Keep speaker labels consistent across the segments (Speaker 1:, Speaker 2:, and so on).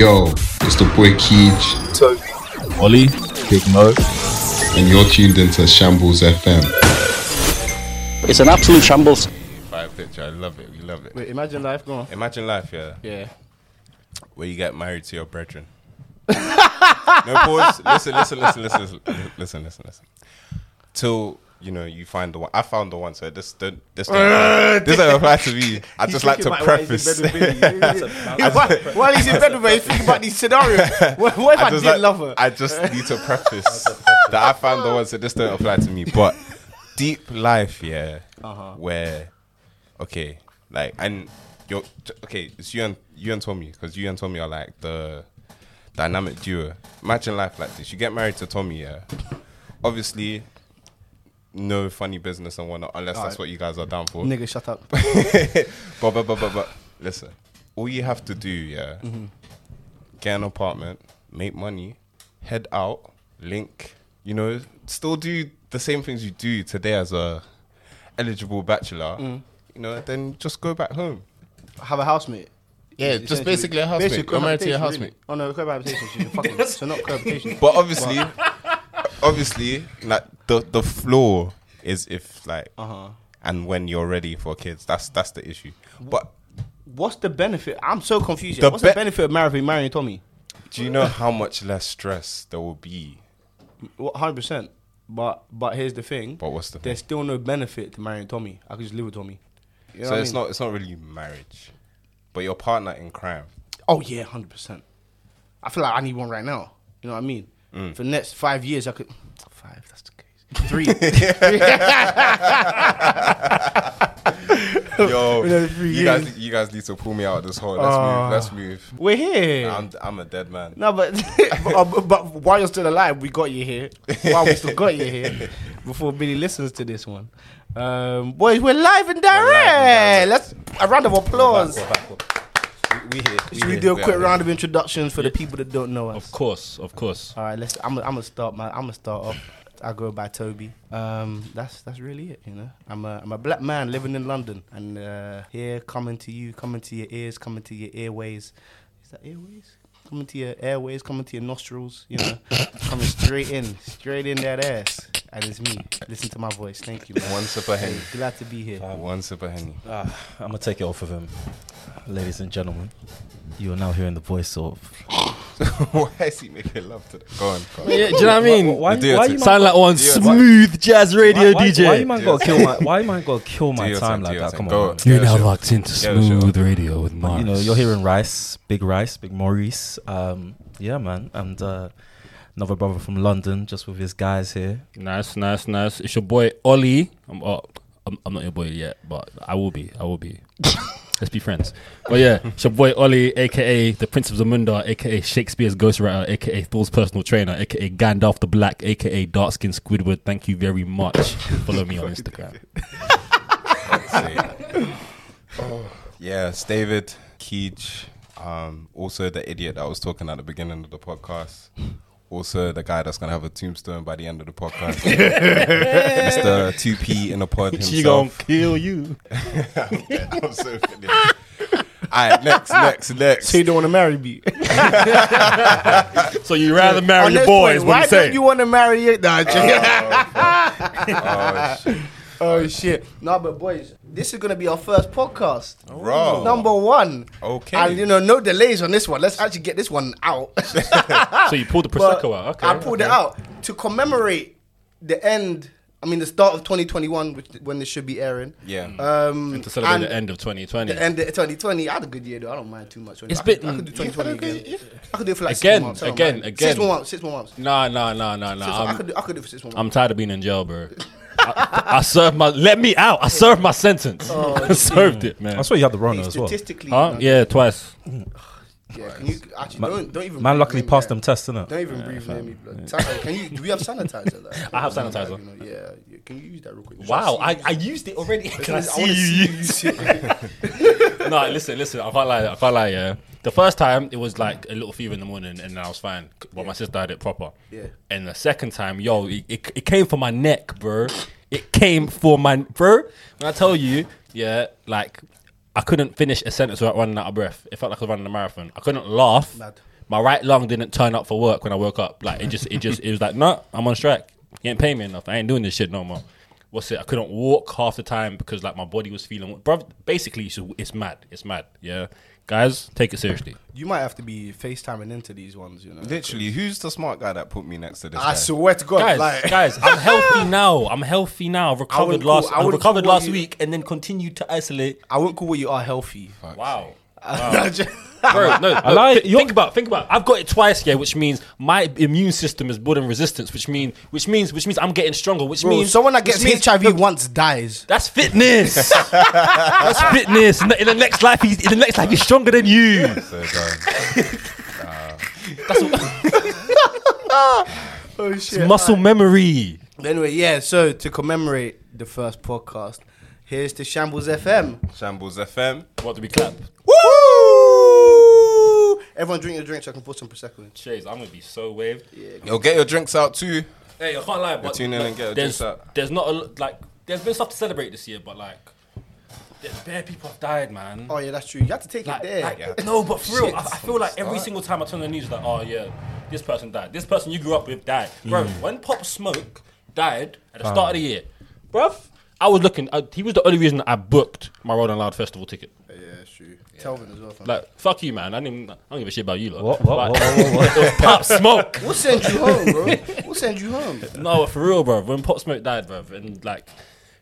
Speaker 1: Yo, it's the boy Keej,
Speaker 2: Toby.
Speaker 3: Ollie, Big Mo.
Speaker 1: and you're tuned into Shambles FM.
Speaker 4: It's an absolute shambles.
Speaker 5: Fire picture. I love it. We love it.
Speaker 6: Wait, imagine life going.
Speaker 5: Imagine life, yeah,
Speaker 6: Yeah.
Speaker 5: where you get married to your brethren. no pause. Listen, listen, listen, listen, listen, listen, listen, listen. Till you know you find the one. I found the one, so this don't this don't, this don't apply to me. I just like to preface.
Speaker 6: While while he's in bed with her, he's thinking about these scenarios. What, what if I, did
Speaker 5: like-
Speaker 6: love her?
Speaker 5: I just need to preface that I found the ones that this don't apply to me. But deep life, yeah,
Speaker 6: Uh-huh.
Speaker 5: where okay, like and you're j- okay. It's you and you and Tommy because you and Tommy are like the dynamic duo. Imagine life like this. You get married to Tommy, yeah. Obviously, no funny business and whatnot, unless that's what you guys are down for
Speaker 6: Nigga, shut up.
Speaker 5: but, but, but, but, but, listen, all you have to do, yeah, get an apartment, make money, head out, link, you know, still do the same things you do today as a eligible bachelor, you know, then just go back home.
Speaker 6: Have a housemate.
Speaker 5: Yeah, just basically a housemate. You're married to your housemate.
Speaker 6: Oh no, cohabitation. She's a fucking. so not cohabitation.
Speaker 5: But obviously, obviously, like the the flaw is if like, and when you're ready for kids, that's that's the issue. But
Speaker 6: What's the benefit? I'm so confused. here.
Speaker 5: The
Speaker 6: What's
Speaker 5: be-
Speaker 6: the benefit of marrying marrying Tommy?
Speaker 5: do you know how much less stress there will be?
Speaker 6: Hundred percent. But but here's the thing.
Speaker 5: But what's the thing?
Speaker 6: There's still no benefit to marrying Tommy. I could just live with Tommy. You know
Speaker 5: So
Speaker 6: what I
Speaker 5: it's
Speaker 6: mean?
Speaker 5: not it's not really marriage, but your partner in crime.
Speaker 6: Oh yeah, hundred percent. I feel like I need one right now. You know what I mean?
Speaker 5: Mm.
Speaker 6: For the next five years, I could five. That's the case. Three.
Speaker 5: Yo,
Speaker 6: Within three
Speaker 5: you guys you guys need to pull me out of this hole. Let's move. Let's move.
Speaker 6: We're here.
Speaker 5: I'm I'm a dead man.
Speaker 6: Ah. no, but but, Um, uh, but while you're still alive, we got you here. While we still got you here, before Billy listens to this one, um, boys, we're live and direct.
Speaker 5: direct.
Speaker 6: Let's a round of applause.
Speaker 5: We're back, we're back. We, we here.
Speaker 6: Should we
Speaker 5: here.
Speaker 6: do a
Speaker 5: We
Speaker 6: quick
Speaker 5: out
Speaker 6: round of introductions for the people that don't know us?
Speaker 3: Of course, of course.
Speaker 6: All right, let's. I'm. I'm gonna start. My. I'm gonna start off. I go by Toby. Um, that's that's really it. You know, I'm a I'm a black man living in London, and uh, here coming to you, coming to your ears, coming to your airways. Is that airways? Coming to your airways, coming to your nostrils. You know, coming straight in, straight in that ass. And it's me. Listen to my voice. Thank you.
Speaker 5: here.
Speaker 6: Man.
Speaker 5: One sip of henny.
Speaker 6: Glad to be here.
Speaker 5: One sip of henny.
Speaker 7: I'm gonna take it off of him, ladies and gentlemen. You are now hearing the voice of.
Speaker 5: Why is he making love to the? Go on. Go on.
Speaker 7: Yeah,
Speaker 3: do you know what I mean?
Speaker 7: Why, why,
Speaker 5: Do your
Speaker 7: why
Speaker 5: thing.
Speaker 7: you man,
Speaker 3: Sound like one
Speaker 5: Yeah,
Speaker 3: smooth jazz radio
Speaker 7: why,
Speaker 3: DJ.
Speaker 7: Why, why you man gotta kill my? Why you man gotta kill
Speaker 5: Do
Speaker 7: my
Speaker 5: your thing,
Speaker 7: time
Speaker 5: do
Speaker 7: like
Speaker 5: your
Speaker 7: that?
Speaker 5: thing.
Speaker 7: Come
Speaker 5: Go
Speaker 7: on.
Speaker 5: on. You're now
Speaker 8: locked into
Speaker 5: Yeah, sure.
Speaker 8: Smooth Radio with Mars.
Speaker 7: You know, you're hearing Rice, Big Rice, Big Maurice. Um, yeah, man, and uh, another brother from London, just with his guys here.
Speaker 3: Nice, nice, nice. It's your boy Ollie. I'm, uh, I'm, I'm not your boy yet, but I will be. I will be. Let's be friends. But yeah, it's your boy Ollie, aka the Prince of Zamunda, aka Shakespeare's ghostwriter, aka Thor's personal trainer, aka Gandalf the Black, aka Dark Skin Squidward. Thank you very much. Follow me on Instagram.
Speaker 5: Yes, David Keech, um, also the idiot that I was talking at the beginning of the podcast. Also the guy that's gonna have a tombstone by the end of the podcast. Mr. Two P in the pod himself.
Speaker 3: kill you.
Speaker 5: I'm so finished. All right, next, next, next.
Speaker 6: So you don't want to marry me?
Speaker 3: So you rather
Speaker 6: On
Speaker 3: marry your
Speaker 6: this
Speaker 3: boy?
Speaker 6: point,
Speaker 3: Is
Speaker 6: Oh, why
Speaker 3: what
Speaker 6: don't
Speaker 3: you say?
Speaker 6: you want to marry it? Nah, I'm joking.
Speaker 5: Oh, shit.
Speaker 6: Oh shit! No, but boys, this is gonna be our first podcast,
Speaker 5: Bro.
Speaker 6: Number one.
Speaker 5: Okay.
Speaker 6: And you know, no delays on this one. Let's actually get this one out.
Speaker 3: So you pulled the
Speaker 6: But
Speaker 3: prosecco out. Okay.
Speaker 6: I pulled it
Speaker 3: okay.
Speaker 6: out to commemorate the end. I mean, the start of 2021, which when this should be airing.
Speaker 5: Yeah.
Speaker 6: Um.
Speaker 3: Mm. to celebrate
Speaker 6: and
Speaker 3: the end of 2020.
Speaker 6: The end of 2020. I had a good year though. I don't mind too much.
Speaker 3: It's
Speaker 6: I could,
Speaker 3: been-
Speaker 6: I could do 2020 again. I could do it for like six
Speaker 3: Again,
Speaker 6: more months. I don't
Speaker 3: again,
Speaker 6: mind.
Speaker 3: again.
Speaker 6: Six more months. Six more months. Six
Speaker 3: Nah, nah, nah, nah, nah.
Speaker 6: more- I
Speaker 3: I'm-
Speaker 6: could do. I could do it for six more months.
Speaker 3: I'm tired of being in jail, bro. I, I served my. Let me out. I served my sentence.
Speaker 6: Oh,
Speaker 3: I served it, man.
Speaker 7: Oh, I swear you had the runner as well.
Speaker 6: Statistically,
Speaker 3: Huh?
Speaker 6: no,
Speaker 3: Yeah, twice.
Speaker 6: yeah, can you actually don't don't even
Speaker 7: Man, luckily
Speaker 6: blame me,
Speaker 7: passed
Speaker 6: yeah.
Speaker 7: them tests, innit?
Speaker 6: Don't even breathe near me, blood. Sanit- Can you? Do we have sanitizer? Like,
Speaker 3: I have
Speaker 6: you know,
Speaker 3: sanitizer.
Speaker 6: you know, yeah, yeah. Can you use that real quick?
Speaker 3: Wow, I, I used it already. Can I
Speaker 6: wanna
Speaker 3: see you?
Speaker 6: see you.
Speaker 3: no, listen, listen. I can't lie. I can't lie. Yeah, the first time it was like a little fever in the morning, and I was fine. But my sister had it proper.
Speaker 6: Yeah.
Speaker 3: And the second time, yo, it, it, it came for my neck, bro. It came for my bro. When I tell you, yeah, like I couldn't finish a sentence without running out of breath. It felt like I was running a marathon. I couldn't laugh.
Speaker 6: Mad.
Speaker 3: My right lung didn't turn up for work when I woke up. Like it just, it just, it was like, no, I'm on strike. You ain't paying me enough. I ain't doing this shit no more. What's it? I couldn't walk half the time because like my body was feeling. Bro, basically, it's, it's mad. It's mad. Yeah, guys, take it seriously.
Speaker 6: You might have to be FaceTiming into these ones, you know.
Speaker 5: Literally, who's the smart guy that put me next to this
Speaker 6: I
Speaker 5: guy?
Speaker 6: swear to God,
Speaker 3: guys,
Speaker 6: like,
Speaker 3: guys, I'm healthy now. I'm healthy now. I've recovered
Speaker 6: wouldn't
Speaker 3: last.
Speaker 6: call- I
Speaker 3: I
Speaker 6: wouldn't
Speaker 3: recovered
Speaker 6: call
Speaker 3: last
Speaker 6: you-
Speaker 3: week and then continued to isolate.
Speaker 6: I wouldn't call what you are healthy.
Speaker 3: Wow.
Speaker 6: Wow.
Speaker 3: Bro, no, no,
Speaker 7: like-
Speaker 3: thi- think about, think about. I've got it twice, yeah, which means my immune system is building resistance, which mean, which means, which means I'm getting stronger, which
Speaker 6: Bro,
Speaker 3: means
Speaker 6: someone that
Speaker 3: which
Speaker 6: gets
Speaker 3: means-
Speaker 6: HIV once dies.
Speaker 3: That's fitness. That's fitness. In the, in the next life, he's in the next life, he's stronger than you.
Speaker 5: So, uh, guys,
Speaker 6: Oh shit!
Speaker 3: Muscle memory.
Speaker 6: Anyway, yeah. So to commemorate the first podcast, here's to Shambles FM.
Speaker 5: Shambles FM.
Speaker 3: What do we clap?
Speaker 6: Woo! Everyone drink your drink so I can pour some prosecco in.
Speaker 3: Jeez, I'm gonna be so waved.
Speaker 5: Yo, get your drinks out too.
Speaker 3: Hey, I can't lie, but
Speaker 5: tune in
Speaker 3: like,
Speaker 5: and get a
Speaker 3: there's,
Speaker 5: juice up.
Speaker 3: there's not a lo- like there's been stuff to celebrate this year, but like there's bare people have died, man.
Speaker 6: Oh yeah, that's true. You have to take
Speaker 3: Like,
Speaker 6: it there.
Speaker 3: like,
Speaker 5: Yeah.
Speaker 3: no, but for real, I, I
Speaker 5: Shit.
Speaker 3: feel like every single time I turn on the news, like, oh yeah, this person died, this person you grew up with died, bro. When Pop Smoke died at the start of the year, bruv, I was looking. I, he was the only reason I booked my Road and Loud festival ticket.
Speaker 6: yeah, that's true. Telvin as well. Fam.
Speaker 3: Like, fuck you, man. I didn't. even- I don't give a shit about you, lot.
Speaker 7: What, what,
Speaker 3: Like,
Speaker 7: what, what, what,
Speaker 3: it was Pop Smoke.
Speaker 6: we'll send you home, bro. We'll send you home.
Speaker 3: No, but for real, bro. When Pop Smoke died, bro, and like,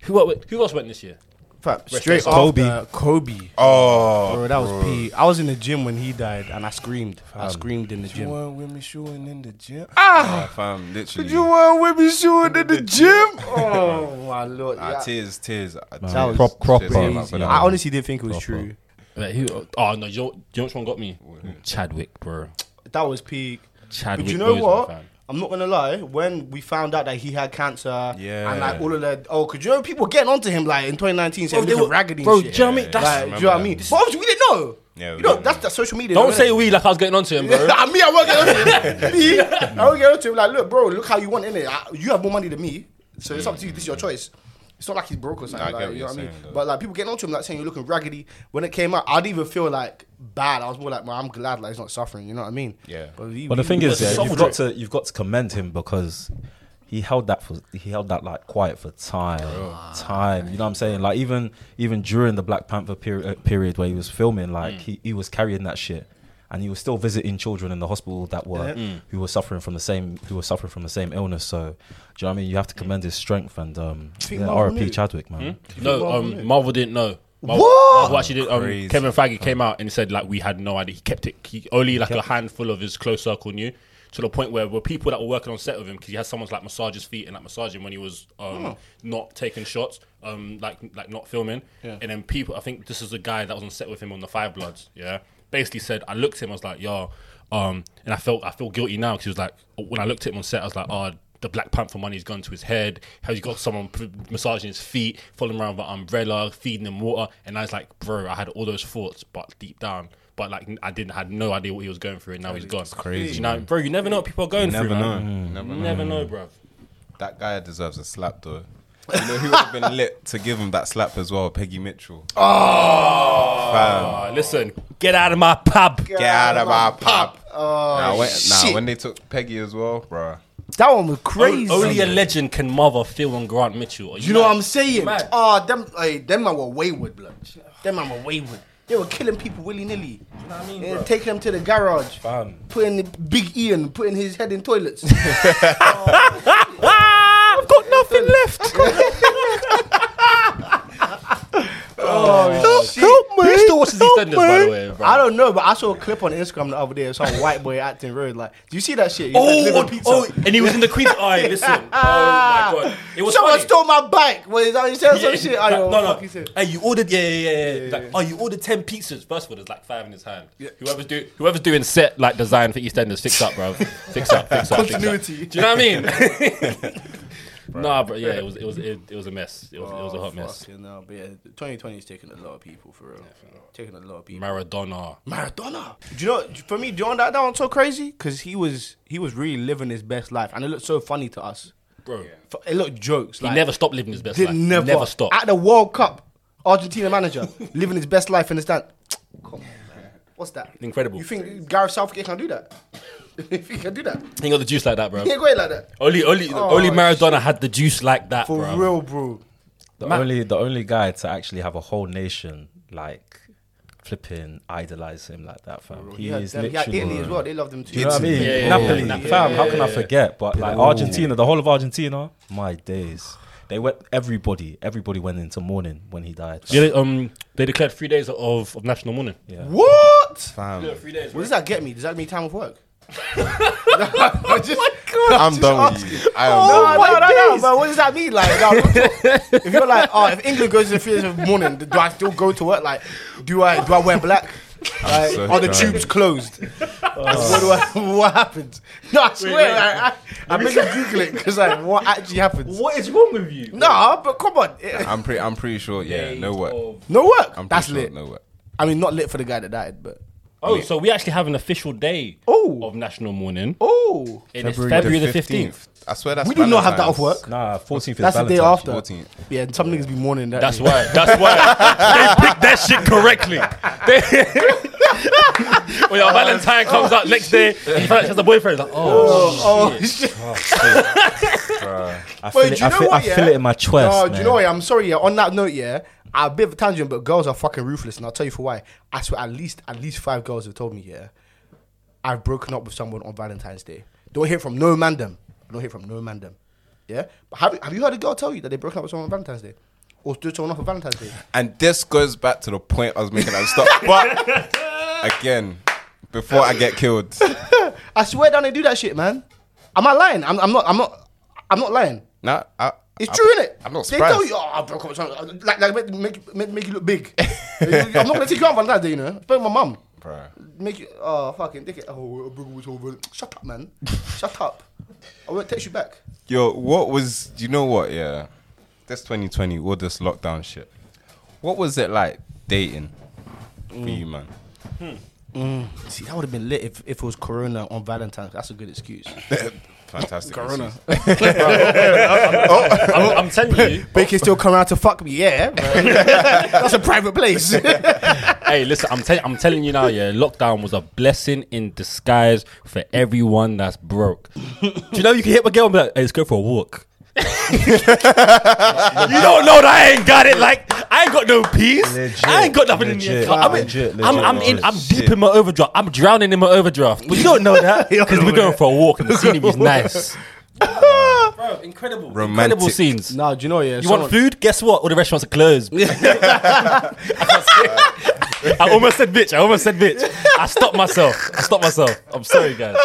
Speaker 3: who el- who else went this year?
Speaker 6: Fam, straight off
Speaker 7: Kobe.
Speaker 6: Kobe. Kobe.
Speaker 5: Oh,
Speaker 6: Bro, that was P. I was in the gym when he died, and I screamed. I
Speaker 3: Um,
Speaker 6: screamed in the gym.
Speaker 5: weren't with me shooting in the gym. Ah, fam, literally.
Speaker 6: weren't with me shooting in the gym. Oh my lord!
Speaker 5: Ah,
Speaker 6: Yeah.
Speaker 5: tears, tears. ah,
Speaker 6: That
Speaker 5: tears.
Speaker 6: was
Speaker 7: Prop- proper.
Speaker 5: Tears came out for
Speaker 6: crazy.
Speaker 5: that
Speaker 6: I
Speaker 5: one.
Speaker 6: honestly didn't think it was true.
Speaker 3: Like, who? Oh no, you know, you know which one got me? Chadwick, bro.
Speaker 6: That was peak.
Speaker 3: Chadwick.
Speaker 6: but you know
Speaker 3: Boseman,
Speaker 6: what?
Speaker 3: fam.
Speaker 6: I'm not gonna lie. When we found out that he had cancer,
Speaker 5: Yeah.
Speaker 6: and like all of that, oh, cause you know people were getting onto him like in 2019 saying
Speaker 3: they
Speaker 6: looking
Speaker 3: were-
Speaker 6: raggedy, and
Speaker 3: bro,
Speaker 6: shit.
Speaker 3: do you know what I mean?
Speaker 6: Like,
Speaker 3: That's-
Speaker 6: do you know what I mean? But obviously we didn't know.
Speaker 5: Yeah, we
Speaker 6: you know
Speaker 5: didn't
Speaker 6: that's
Speaker 5: know.
Speaker 6: that social media.
Speaker 3: Don't
Speaker 6: though,
Speaker 3: say
Speaker 6: innit?
Speaker 3: we like I was getting onto him, bro.
Speaker 6: I mean, I won't get onto him. Me, I won't get onto him. Like, look, bro, look how you want in it. You have more money than me, so it's up to you. This is your choice. It's not like he's broke or something.
Speaker 5: Nah, I
Speaker 6: like,
Speaker 5: get what
Speaker 6: you know
Speaker 5: you're
Speaker 6: what I mean?
Speaker 5: saying, though.
Speaker 6: But like people getting onto him, like saying you're looking raggedy. When it came out, I didn't even feel like bad. I was more like, man, I'm glad like he's not suffering. You know what I mean?
Speaker 5: Yeah.
Speaker 6: he-
Speaker 7: But the
Speaker 6: he-
Speaker 7: thing
Speaker 6: he
Speaker 7: is,
Speaker 6: was
Speaker 7: yeah,
Speaker 6: suffering.
Speaker 7: you've got to you've got to commend him because he held that for he held that like quiet for time, time. You know what I'm saying? Like even even during the Black Panther period uh, period where he was filming, like he, he was carrying that shit. And he was still visiting children in the hospital that were who were suffering from the same who were suffering from the same illness. So, do you know what I mean? You have to commend his strength and um,
Speaker 6: think
Speaker 7: yeah,
Speaker 6: Marvel
Speaker 7: RP
Speaker 6: knew?
Speaker 7: Chadwick, man.
Speaker 3: No, um, Marvel didn't know. Marvel,
Speaker 6: What?
Speaker 3: Marvel actually did. Um,
Speaker 5: Crazy.
Speaker 3: Kevin Feige came out and said like we had no idea. He kept it. He, only like a handful of his close circle knew. To the point where were people that were working on set with him because he had someone to, like massage his feet and like massage him when he was um, not taking shots, um, like like not filming. And then people, I think this is the guy that was on set with him on the Five Bloods. Yeah, basically said I looked at him. I was like, yo, um, and I felt I feel guilty now because he was like when I looked at him on set, I was like, oh, the Black Panther money's gone to his head. How he's got someone p- massaging his feet, following him around with an umbrella, feeding him water, and I was like, bro, I had all those thoughts, but deep down, but like I didn't had no idea what he was going through, and now he's gone.
Speaker 5: crazy,
Speaker 3: you know, bro. You never know what people are going
Speaker 5: Never
Speaker 3: through.
Speaker 5: know.
Speaker 3: man.
Speaker 5: Never
Speaker 3: You
Speaker 5: know.
Speaker 3: never know, bro.
Speaker 5: That guy deserves a slap, though. You know who would have been lit to give him that slap as well? Peggy Mitchell. Oh, fam.
Speaker 3: Uh, listen, get out of my pub.
Speaker 5: Get out of my pop.
Speaker 6: Oh,
Speaker 5: Nah, when, nah,
Speaker 6: shit.
Speaker 5: when they took Peggy as well, bruh.
Speaker 6: that one was
Speaker 3: O-
Speaker 6: crazy.
Speaker 3: Only a legend can mother Phil and Grant Mitchell. Are
Speaker 6: You know what I'm
Speaker 3: mad?
Speaker 6: saying?
Speaker 3: Mad.
Speaker 6: Ah, them, hey, them man were wayward, blood. Them man were wayward. They were killing people willy nilly. You know what I mean? And taking them to the garage,
Speaker 7: Um,
Speaker 6: putting the Big Ian, putting his head in toilets.
Speaker 3: Ah, I've got nothing left.
Speaker 6: oh, shit.
Speaker 3: Who still watches EastEnders, by the way? Bro?
Speaker 6: I don't know, but I saw a clip on Instagram the other day of some white boy acting rude. Like, do you see that shit? He was, like,
Speaker 3: Oh,
Speaker 6: delivering pizza. Ah.
Speaker 3: oh, and he was in the Queen's Eye. Listen, oh my god, it was
Speaker 6: Someone
Speaker 3: funny.
Speaker 6: stole my bike. What is that? He said some
Speaker 3: Yeah,
Speaker 6: shit.
Speaker 3: like,
Speaker 6: I don't know what the
Speaker 3: no,
Speaker 6: fuck he
Speaker 3: no.
Speaker 6: said.
Speaker 3: Hey, you ordered, yeah, yeah, yeah. yeah. Like, oh, you ordered ten pizzas. First of all, there's like five in his hand. Whoever's do, whoever's doing set like design for EastEnders, fix up, bro. fix up, fix up.
Speaker 6: Continuity.
Speaker 3: Fix up. Do you know what I mean? nah, bro. Yeah, it was, it was, it, it was a mess. It was, it was a hot mess.
Speaker 6: Oh, Fucking hell, but yeah, 2020 is taking a lot of people for real. Taking a lot of people.
Speaker 3: Maradona.
Speaker 6: Maradona. Do you know? For me, do you know that that one's so crazy? Because he was he was really living his best life, and it looked so funny to us.
Speaker 3: Bro.
Speaker 6: F- It looked jokes.
Speaker 3: He never stopped living his best
Speaker 6: Did
Speaker 3: life.
Speaker 6: never
Speaker 3: never stopped.
Speaker 6: at the World Cup. Argentina manager living his best life in the stand. Come on, man. What's that?
Speaker 3: Incredible.
Speaker 6: You think Gareth Southgate can do that? you think he can do that?
Speaker 3: He got the juice like that, bro.
Speaker 6: He ain't going like that.
Speaker 3: Only, only,
Speaker 6: Oh,
Speaker 3: only Maradona had the juice like that,
Speaker 6: For
Speaker 3: bro.
Speaker 6: real, bro.
Speaker 7: The only the only guy to actually have a whole nation like flipping idolize him like that, fam. He
Speaker 6: Yeah,
Speaker 7: is
Speaker 6: them-
Speaker 7: literally.
Speaker 6: yeah, Italy as well. They love them too.
Speaker 7: You know what I mean?
Speaker 3: Yeah, yeah,
Speaker 7: Napoli,
Speaker 3: yeah, yeah.
Speaker 7: fam. how can I forget? But like Argentina, the whole of Argentina, my days. They went. Everybody, everybody went into mourning when he died.
Speaker 3: Yeah, they, um, they declared three days of, of national mourning.
Speaker 7: Yeah.
Speaker 6: What?
Speaker 5: Fam,
Speaker 3: Three days.
Speaker 6: What does that get me? Does that mean time off work? I just,
Speaker 7: Oh
Speaker 5: I'm done with you. I am
Speaker 3: Oh
Speaker 6: No,
Speaker 5: done with
Speaker 6: no, no, no, but what does that mean? Like, no, I'm not sure. if you're like, oh, if England goes to the theatre in the morning, do I still go to work? Like, do I do I wear black? Like,
Speaker 5: so
Speaker 6: are the
Speaker 5: sorry.
Speaker 6: tubes closed?
Speaker 3: Oh.
Speaker 6: What, do I, what happens? No, I swear, like, I, I'm making Google it because like, what actually happens?
Speaker 3: What is wrong with you?
Speaker 6: Nah, but come on,
Speaker 5: you. I'm pretty. I'm pretty sure. Yeah. No work.
Speaker 6: no work.
Speaker 5: I'm pretty
Speaker 6: That's
Speaker 5: sure
Speaker 6: lit.
Speaker 5: No work.
Speaker 6: I mean, not lit for the guy that died, but
Speaker 3: Oh, so we actually have an official day
Speaker 6: Oh.
Speaker 3: of national mourning.
Speaker 6: oh,
Speaker 3: It is February the fifteenth.
Speaker 5: I swear that's.
Speaker 6: we do not have that
Speaker 5: Valentine's.
Speaker 6: off work.
Speaker 7: Nah, 14th is
Speaker 6: That's the day
Speaker 7: Valentine's.
Speaker 6: after.
Speaker 5: 14th.
Speaker 6: Yeah, and some niggas be mourning that.
Speaker 3: That's
Speaker 6: day.
Speaker 3: why. That's why they picked that shit correctly. They- when your Valentine comes out next day, and you find out she has a boyfriend. Like, oh,
Speaker 6: Oh shit.
Speaker 7: I feel,
Speaker 6: But
Speaker 7: it,
Speaker 6: do you
Speaker 7: I,
Speaker 6: know
Speaker 7: feel,
Speaker 6: what,
Speaker 7: I feel
Speaker 6: yeah?
Speaker 7: it in my chest.
Speaker 6: No,
Speaker 7: man.
Speaker 6: do you know what? I'm sorry. Yeah, on that note, yeah, I'm a bit of a tangent, but girls are fucking ruthless, and I'll tell you for why. I swear, at least at least five girls have told me, yeah, I've broken up with someone on Valentine's Day. Don't hear from no man them. I don't hear from no man them. Yeah, but have, have you heard a girl tell you that they broke up with someone on Valentine's Day, or stood someone off on Valentine's Day?
Speaker 5: And this goes back to the point I was making at the start. But again, before I get killed,
Speaker 6: I swear down they do that shit, man. Am I lying? I'm, I'm not. I'm not. I'm not lying.
Speaker 5: nah, I,
Speaker 6: It's
Speaker 5: I-
Speaker 6: true, innit?
Speaker 5: I'm not
Speaker 6: They tell
Speaker 5: surprised.
Speaker 6: you, oh, I broke up with someone. Like, like make, make, make, make you look big. I'm not gonna take you out on Valentine's Day, you know. It's my mum.
Speaker 5: Bruh.
Speaker 6: Make you oh fucking dick it. Oh, a Brugge was over. Shut up, man. Shut up. I won't text you back.
Speaker 5: Yo, what was? You know what? Yeah, this 2020, all this lockdown shit. What was it like dating for you, man?
Speaker 6: See, that would have been lit if, if it was Corona on Valentine's. That's a good excuse.
Speaker 5: Fantastic.
Speaker 6: Corona.
Speaker 3: I'm, I'm telling you.
Speaker 6: But you can still come around to fuck me, yeah. but- That's a private place.
Speaker 3: hey, listen, I'm telling, I'm telling you now. Yeah, lockdown was a blessing in disguise for everyone that's broke. Do you know you can hit my girl and be like, "Hey, let's go for a walk." you don't know that I ain't got it. Like I ain't got no peace. I ain't got nothing in the
Speaker 7: Legit,
Speaker 3: account. I'm, in-
Speaker 7: legit, legit,
Speaker 3: I'm, I'm in.
Speaker 7: legit.
Speaker 3: I'm deep in my overdraft. I'm drowning in my overdraft. But you don't know that because we're going for a walk and the scenery is nice. Bro, incredible, incredible
Speaker 5: Romantic.
Speaker 3: scenes.
Speaker 6: nah, do you know, yeah.
Speaker 3: You want food? Guess what? All the restaurants are closed. I almost said bitch. I almost said bitch. I stopped myself. I stopped myself. I'm sorry, guys.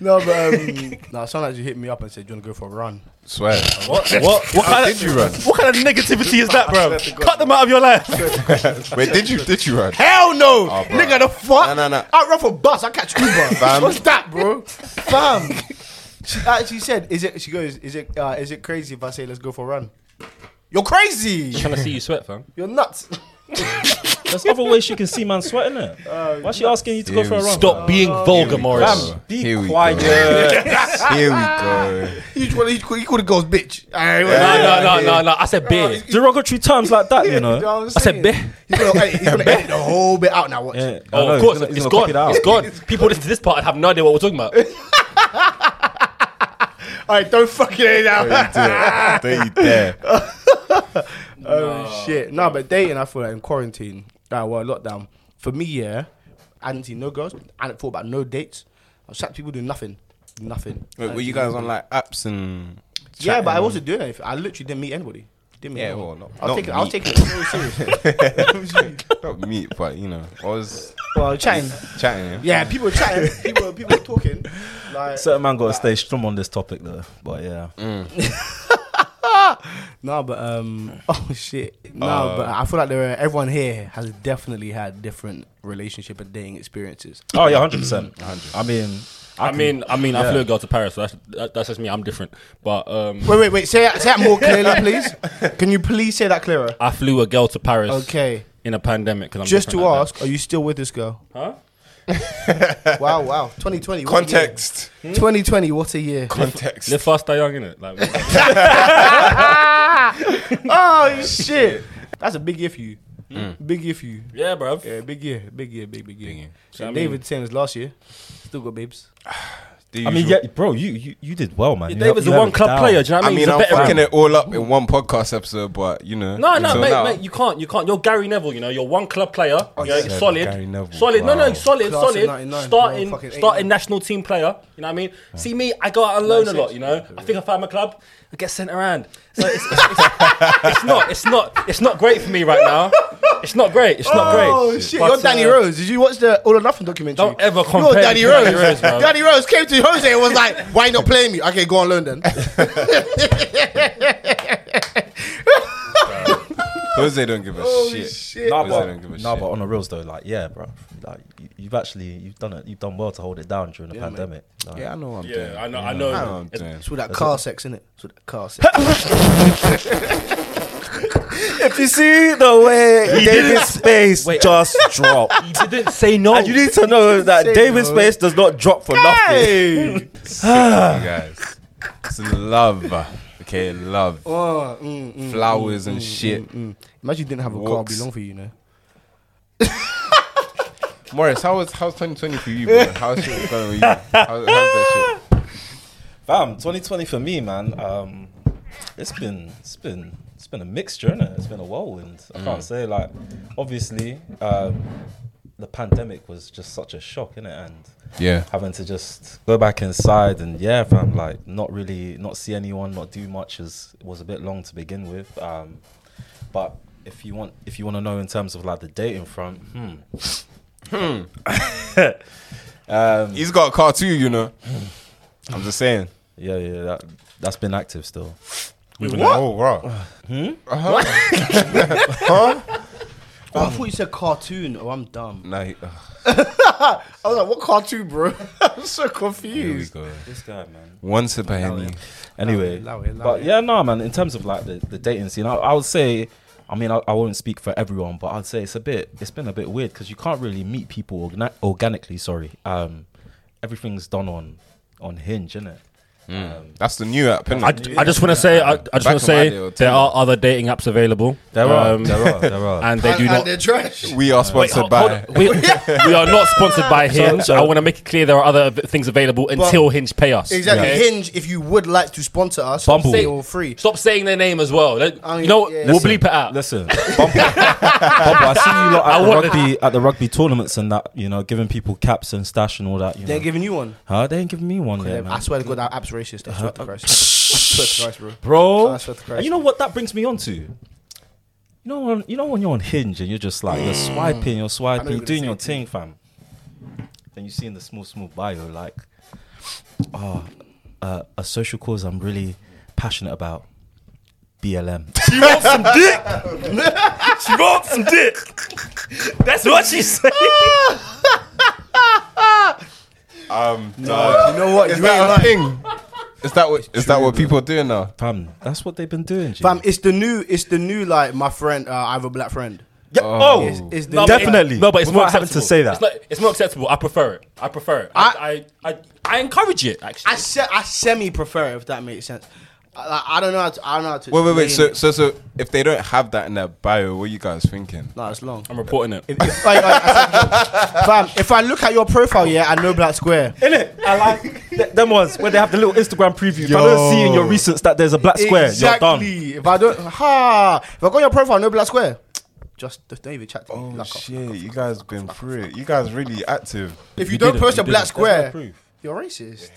Speaker 6: No, but um, nah, someone actually hit me up and said, Do you want to go for a run?
Speaker 5: Swear.
Speaker 3: What? What? What kind,
Speaker 5: did you run?
Speaker 3: of, what kind of negativity is that, bro? Cut them out of your life.
Speaker 5: Wait, did you did you run?
Speaker 6: Hell no!
Speaker 5: Oh, bro.
Speaker 6: Nigga, the fuck?
Speaker 5: Nah, nah, nah.
Speaker 6: I run for bus, I catch Uber.
Speaker 5: Fam.
Speaker 6: What's that, bro? Fam. She actually said, "Is it?" She goes, "Is it? Uh, is it crazy if I say let's go for a run?" You're crazy.
Speaker 3: Trying to see you sweat, fam.
Speaker 6: You're nuts.
Speaker 7: There's other ways you can see man sweating it. Why she asking you to go for a run?
Speaker 3: Stop being vulgar, Morris.
Speaker 7: Fam, be
Speaker 5: Here we go.
Speaker 7: quiet.
Speaker 5: Here we go.
Speaker 6: You just wanna- you call, you call the girls bitch. Alright,
Speaker 3: No,
Speaker 6: well,
Speaker 3: no, no, no, no. I said beer.
Speaker 7: Derogatory terms like that, you
Speaker 6: you know
Speaker 7: know.
Speaker 6: what I'm
Speaker 3: I said
Speaker 6: saying?
Speaker 3: beer.
Speaker 6: He's gonna, edit, he's gonna edit the whole bit out now. Watch.
Speaker 7: Yeah.
Speaker 3: Oh,
Speaker 7: Eh, I know,
Speaker 3: of course,
Speaker 7: he's gonna- he's
Speaker 3: it's
Speaker 7: gonna copy
Speaker 3: gone.
Speaker 7: that out.
Speaker 3: It's gone. People listen to this part and have no idea what we're talking about.
Speaker 6: All right, don't fucking edit it out.
Speaker 5: There you dare.
Speaker 6: Oh shit! No, but dating, I feel like in quarantine, uh, well, lockdown. For me, yeah, I didn't see no girls. I didn't thought about no dates. I sat people do nothing, nothing.
Speaker 5: Wait, were you guys on like apps and?
Speaker 6: yeah, but I
Speaker 5: chatting?
Speaker 6: wasn't doing anything. I literally didn't meet anybody. Didn't meet
Speaker 5: Yeah,
Speaker 6: anyone.
Speaker 5: well, not-
Speaker 6: I
Speaker 5: not
Speaker 6: was taking, I was
Speaker 5: meet.
Speaker 6: taking it very serious.
Speaker 5: not meet, but you know, I was
Speaker 6: well, chatting.
Speaker 5: chatting.
Speaker 6: Yeah, people were chatting. People, were- people were talking. Like,
Speaker 7: Certain man got to stay strong on this topic though. But yeah,
Speaker 6: no, but um, oh shit, no,
Speaker 5: Uh,
Speaker 6: but I feel like there are, everyone here has definitely had different relationship and dating experiences.
Speaker 7: oh yeah, hundred percent. I mean,
Speaker 3: I
Speaker 7: can-
Speaker 3: mean, I mean, I
Speaker 7: yeah.
Speaker 3: flew a girl to Paris. So that's that, that's just me. I'm different. But um,
Speaker 6: Wait, wait, wait. Say that, say that more clearly, please. Can you please say that clearer?
Speaker 3: I flew a girl to Paris.
Speaker 6: Okay.
Speaker 3: in a pandemic because I'm
Speaker 6: Just to
Speaker 3: different like
Speaker 6: ask, are you still with this girl?
Speaker 3: Huh?
Speaker 6: wow, wow. 2020. what a
Speaker 5: Context.
Speaker 3: Hmm?
Speaker 6: year. 2020, what a year.
Speaker 3: that.
Speaker 5: Context.
Speaker 3: Live fast, die young, innit? Like,
Speaker 6: oh, shit. That's a big year for you. Big year for you.
Speaker 3: Yeah, bro.
Speaker 6: Yeah, big year, big year, big big year.
Speaker 5: Big year.
Speaker 6: So
Speaker 3: I mean-
Speaker 6: David same as last year. Still got babes.
Speaker 5: The
Speaker 7: I mean,
Speaker 5: usual.
Speaker 7: yeah, bro, you you, you did well, man. You
Speaker 3: David's
Speaker 7: had-
Speaker 3: a
Speaker 7: you had
Speaker 3: one
Speaker 7: it
Speaker 3: club
Speaker 7: down.
Speaker 3: player. Do you know what
Speaker 5: I mean,
Speaker 3: He's a
Speaker 5: I'm
Speaker 3: better
Speaker 5: fucking
Speaker 3: man.
Speaker 5: it all up in one podcast episode, but you know.
Speaker 3: No, no,
Speaker 5: until
Speaker 3: mate,
Speaker 5: now-
Speaker 3: mate, you can't, you can't. You're Gary Neville, you know. You're one club player. you know,
Speaker 5: yeah.
Speaker 3: you're
Speaker 5: Yeah,
Speaker 3: solid,
Speaker 5: Gary Neville,
Speaker 3: solid. No,
Speaker 5: wow.
Speaker 3: no, solid,
Speaker 6: Class of
Speaker 3: solid.
Speaker 6: 99,
Speaker 3: Starting,
Speaker 6: bro, fucking eight,
Speaker 3: starting
Speaker 6: nine.
Speaker 3: national team player. You know what I mean? See me, I go out on loan a lot. You know, I think I found my club. I get sent around. So it's, it's, it's, it's not, it's not, it's not great for me right now. It's not great. It's not great.
Speaker 6: Oh shit!
Speaker 3: But,
Speaker 6: You're Danny
Speaker 3: uh,
Speaker 6: Rose. Did you watch the All or Nothing documentary?
Speaker 3: Don't ever
Speaker 6: You're
Speaker 3: compare
Speaker 6: Danny
Speaker 3: me to
Speaker 6: Rose.
Speaker 3: Danny
Speaker 6: Danny
Speaker 3: Rose,
Speaker 6: Rose,
Speaker 3: bro.
Speaker 6: came to Jose and was like, "Why you not playing me? Okay, go on loan then."
Speaker 5: Jose don't give a
Speaker 6: Holy
Speaker 5: shit.
Speaker 6: shit.
Speaker 7: Nah,
Speaker 5: Jose don't give a
Speaker 7: but, nah,
Speaker 5: shit.
Speaker 7: but on the reals though, like yeah, bro, like you, you've actually you've done it, you've done well to hold it down during the pandemic. Like,
Speaker 6: Yeah, I know. I'm
Speaker 3: Yeah, I know,
Speaker 5: I
Speaker 3: I know.
Speaker 5: know what I'm doing.
Speaker 6: It's with that car sex, innit? It's with that car sex.
Speaker 9: If you see the way David's face just dropped,
Speaker 3: He didn't say no.
Speaker 9: and you need to know that
Speaker 6: Say
Speaker 9: David's
Speaker 6: no.
Speaker 9: face does not drop for nothing.
Speaker 5: You guys. It's love. Okay, love.
Speaker 6: Oh, mm, mm,
Speaker 5: Flowers and shit.
Speaker 6: mm. Imagine you didn't have a car. It'd
Speaker 5: Walks.
Speaker 6: be long for you, you know.
Speaker 5: Morris, how was how's 2020 for you, bro? How's shit going with you? How, how's that shit?
Speaker 7: Fam, 2020 for me, man. Um, it's been it's been it's been a mixture, innit? It's been a whirlwind. I can't say like obviously um, the pandemic was just such a shock, innit? And
Speaker 5: Yeah.
Speaker 7: having to just go back inside and yeah, fam, like not really not see anyone, not do much is was a bit long to begin with. Um, but if you want if you want to know in terms of like the dating front, hmm. um,
Speaker 5: He's got a car too, you know. I'm just saying.
Speaker 7: yeah, yeah, that that's been active still.
Speaker 5: Oh, bro.
Speaker 6: Oh, I thought you said cartoon. Oh, I'm dumb.
Speaker 5: Nah, he- ugh,
Speaker 6: I was like, "What cartoon, bro?" I'm so
Speaker 5: here we
Speaker 6: confused.
Speaker 5: go.
Speaker 7: This guy, man.
Speaker 5: One sip of Henny.
Speaker 7: Anyway,
Speaker 6: Allow it, allow
Speaker 7: but
Speaker 6: it.
Speaker 7: yeah, no, man. In terms of like the, the dating scene, I, I would say, I mean, I, I won't speak for everyone, but I'd say it's a bit, it's been a bit weird because you can't really meet people organi- organically. Sorry, um, everything's done on on Hinge, isn't it? Um,
Speaker 5: That's the new app,
Speaker 3: I,
Speaker 5: innit?
Speaker 3: I just want to say, I, I
Speaker 5: Back
Speaker 3: just want
Speaker 5: in
Speaker 3: to
Speaker 5: my
Speaker 3: say,
Speaker 5: day, it was
Speaker 3: there
Speaker 5: ten.
Speaker 3: are other dating apps available.
Speaker 7: there are,
Speaker 3: Um,
Speaker 7: there are, there are.
Speaker 3: and they do
Speaker 6: and,
Speaker 3: not.
Speaker 6: and they're trash.
Speaker 5: we are
Speaker 3: Wait,
Speaker 5: sponsored
Speaker 3: hold- hold
Speaker 5: by.
Speaker 3: on. we, we are not sponsored by Hinge.
Speaker 9: so-
Speaker 3: I want to make it clear there are other av- things available until Hinge pay us.
Speaker 6: Exactly.
Speaker 3: okay?
Speaker 6: Hinge. If you would like to sponsor us,
Speaker 7: Bumble.
Speaker 6: say all free.
Speaker 3: Stop saying their name as well. Let-
Speaker 6: I mean,
Speaker 3: you know, what?
Speaker 6: yeah.
Speaker 3: we'll
Speaker 6: Listen,
Speaker 3: bleep it out.
Speaker 7: Listen, Bumble, Bumble, I see you lot
Speaker 3: I
Speaker 7: at the
Speaker 3: want-
Speaker 7: rugby at the rugby tournaments and that, you know, giving people caps and stash and all that. You
Speaker 6: They're
Speaker 7: know,
Speaker 6: giving you one.
Speaker 7: huh? They ain't giving me one
Speaker 6: Yeah,
Speaker 7: yet,
Speaker 6: I
Speaker 7: man.
Speaker 6: swear to God, that app's racist. I swear to Christ. I swear to Christ, bro.
Speaker 7: bro.
Speaker 6: I swear to Christ.
Speaker 7: And you know what that brings me on to? You know, when, you know when you're on Hinge and you're just like you're
Speaker 6: Mm.
Speaker 7: swiping, you're
Speaker 6: I know
Speaker 7: swiping,
Speaker 6: you're
Speaker 7: you're
Speaker 6: gonna
Speaker 7: doing
Speaker 6: say
Speaker 7: your
Speaker 6: it.
Speaker 7: thing, fam. Then you see in the small, small bio like, oh, uh, a social cause I'm really passionate about, BLM.
Speaker 3: She wants some dick. she wants some dick. That's what she said.
Speaker 5: Um,
Speaker 6: You know what?
Speaker 5: is
Speaker 6: You ain't
Speaker 5: that a
Speaker 6: lying.
Speaker 5: thing? Is that what is that what people are doing now?
Speaker 7: fam, that's what they've been doing. G.
Speaker 6: Fam, it's the new. It's the new. Like my friend, uh, I have a black friend.
Speaker 7: Yeah, oh,
Speaker 6: It's, it's the
Speaker 3: No, but it-
Speaker 7: Definitely.
Speaker 3: no, but it's more
Speaker 7: Without having
Speaker 3: acceptable.
Speaker 7: to say that.
Speaker 3: It's, not, it's more acceptable. I prefer it. I prefer it. I, I, I, I encourage it, actually.
Speaker 6: I, se- I semi prefer it, if that makes sense. I, like, I don't know. How to, I don't know how to.
Speaker 5: Wait, wait, wait. So,
Speaker 6: explain
Speaker 5: so, so, if they don't have that in their bio, what are you guys thinking?
Speaker 6: it. no, it's long.
Speaker 3: I'm reporting it.
Speaker 6: If, if, like, like I said, fam, if I look at your profile, yeah, I know black square.
Speaker 7: In it, I like th- them ones where they have the little Instagram preview. If I don't see in your recents that there's a black square, you're done.
Speaker 6: Exactly. If I don't, ha, if I go on your profile, no black square. Just don't even chat to me.
Speaker 5: Oh
Speaker 6: Lock off.
Speaker 5: shit! You guys been through it. You guys really active.
Speaker 6: If you, don't post a black square,
Speaker 7: proof.
Speaker 6: you're racist.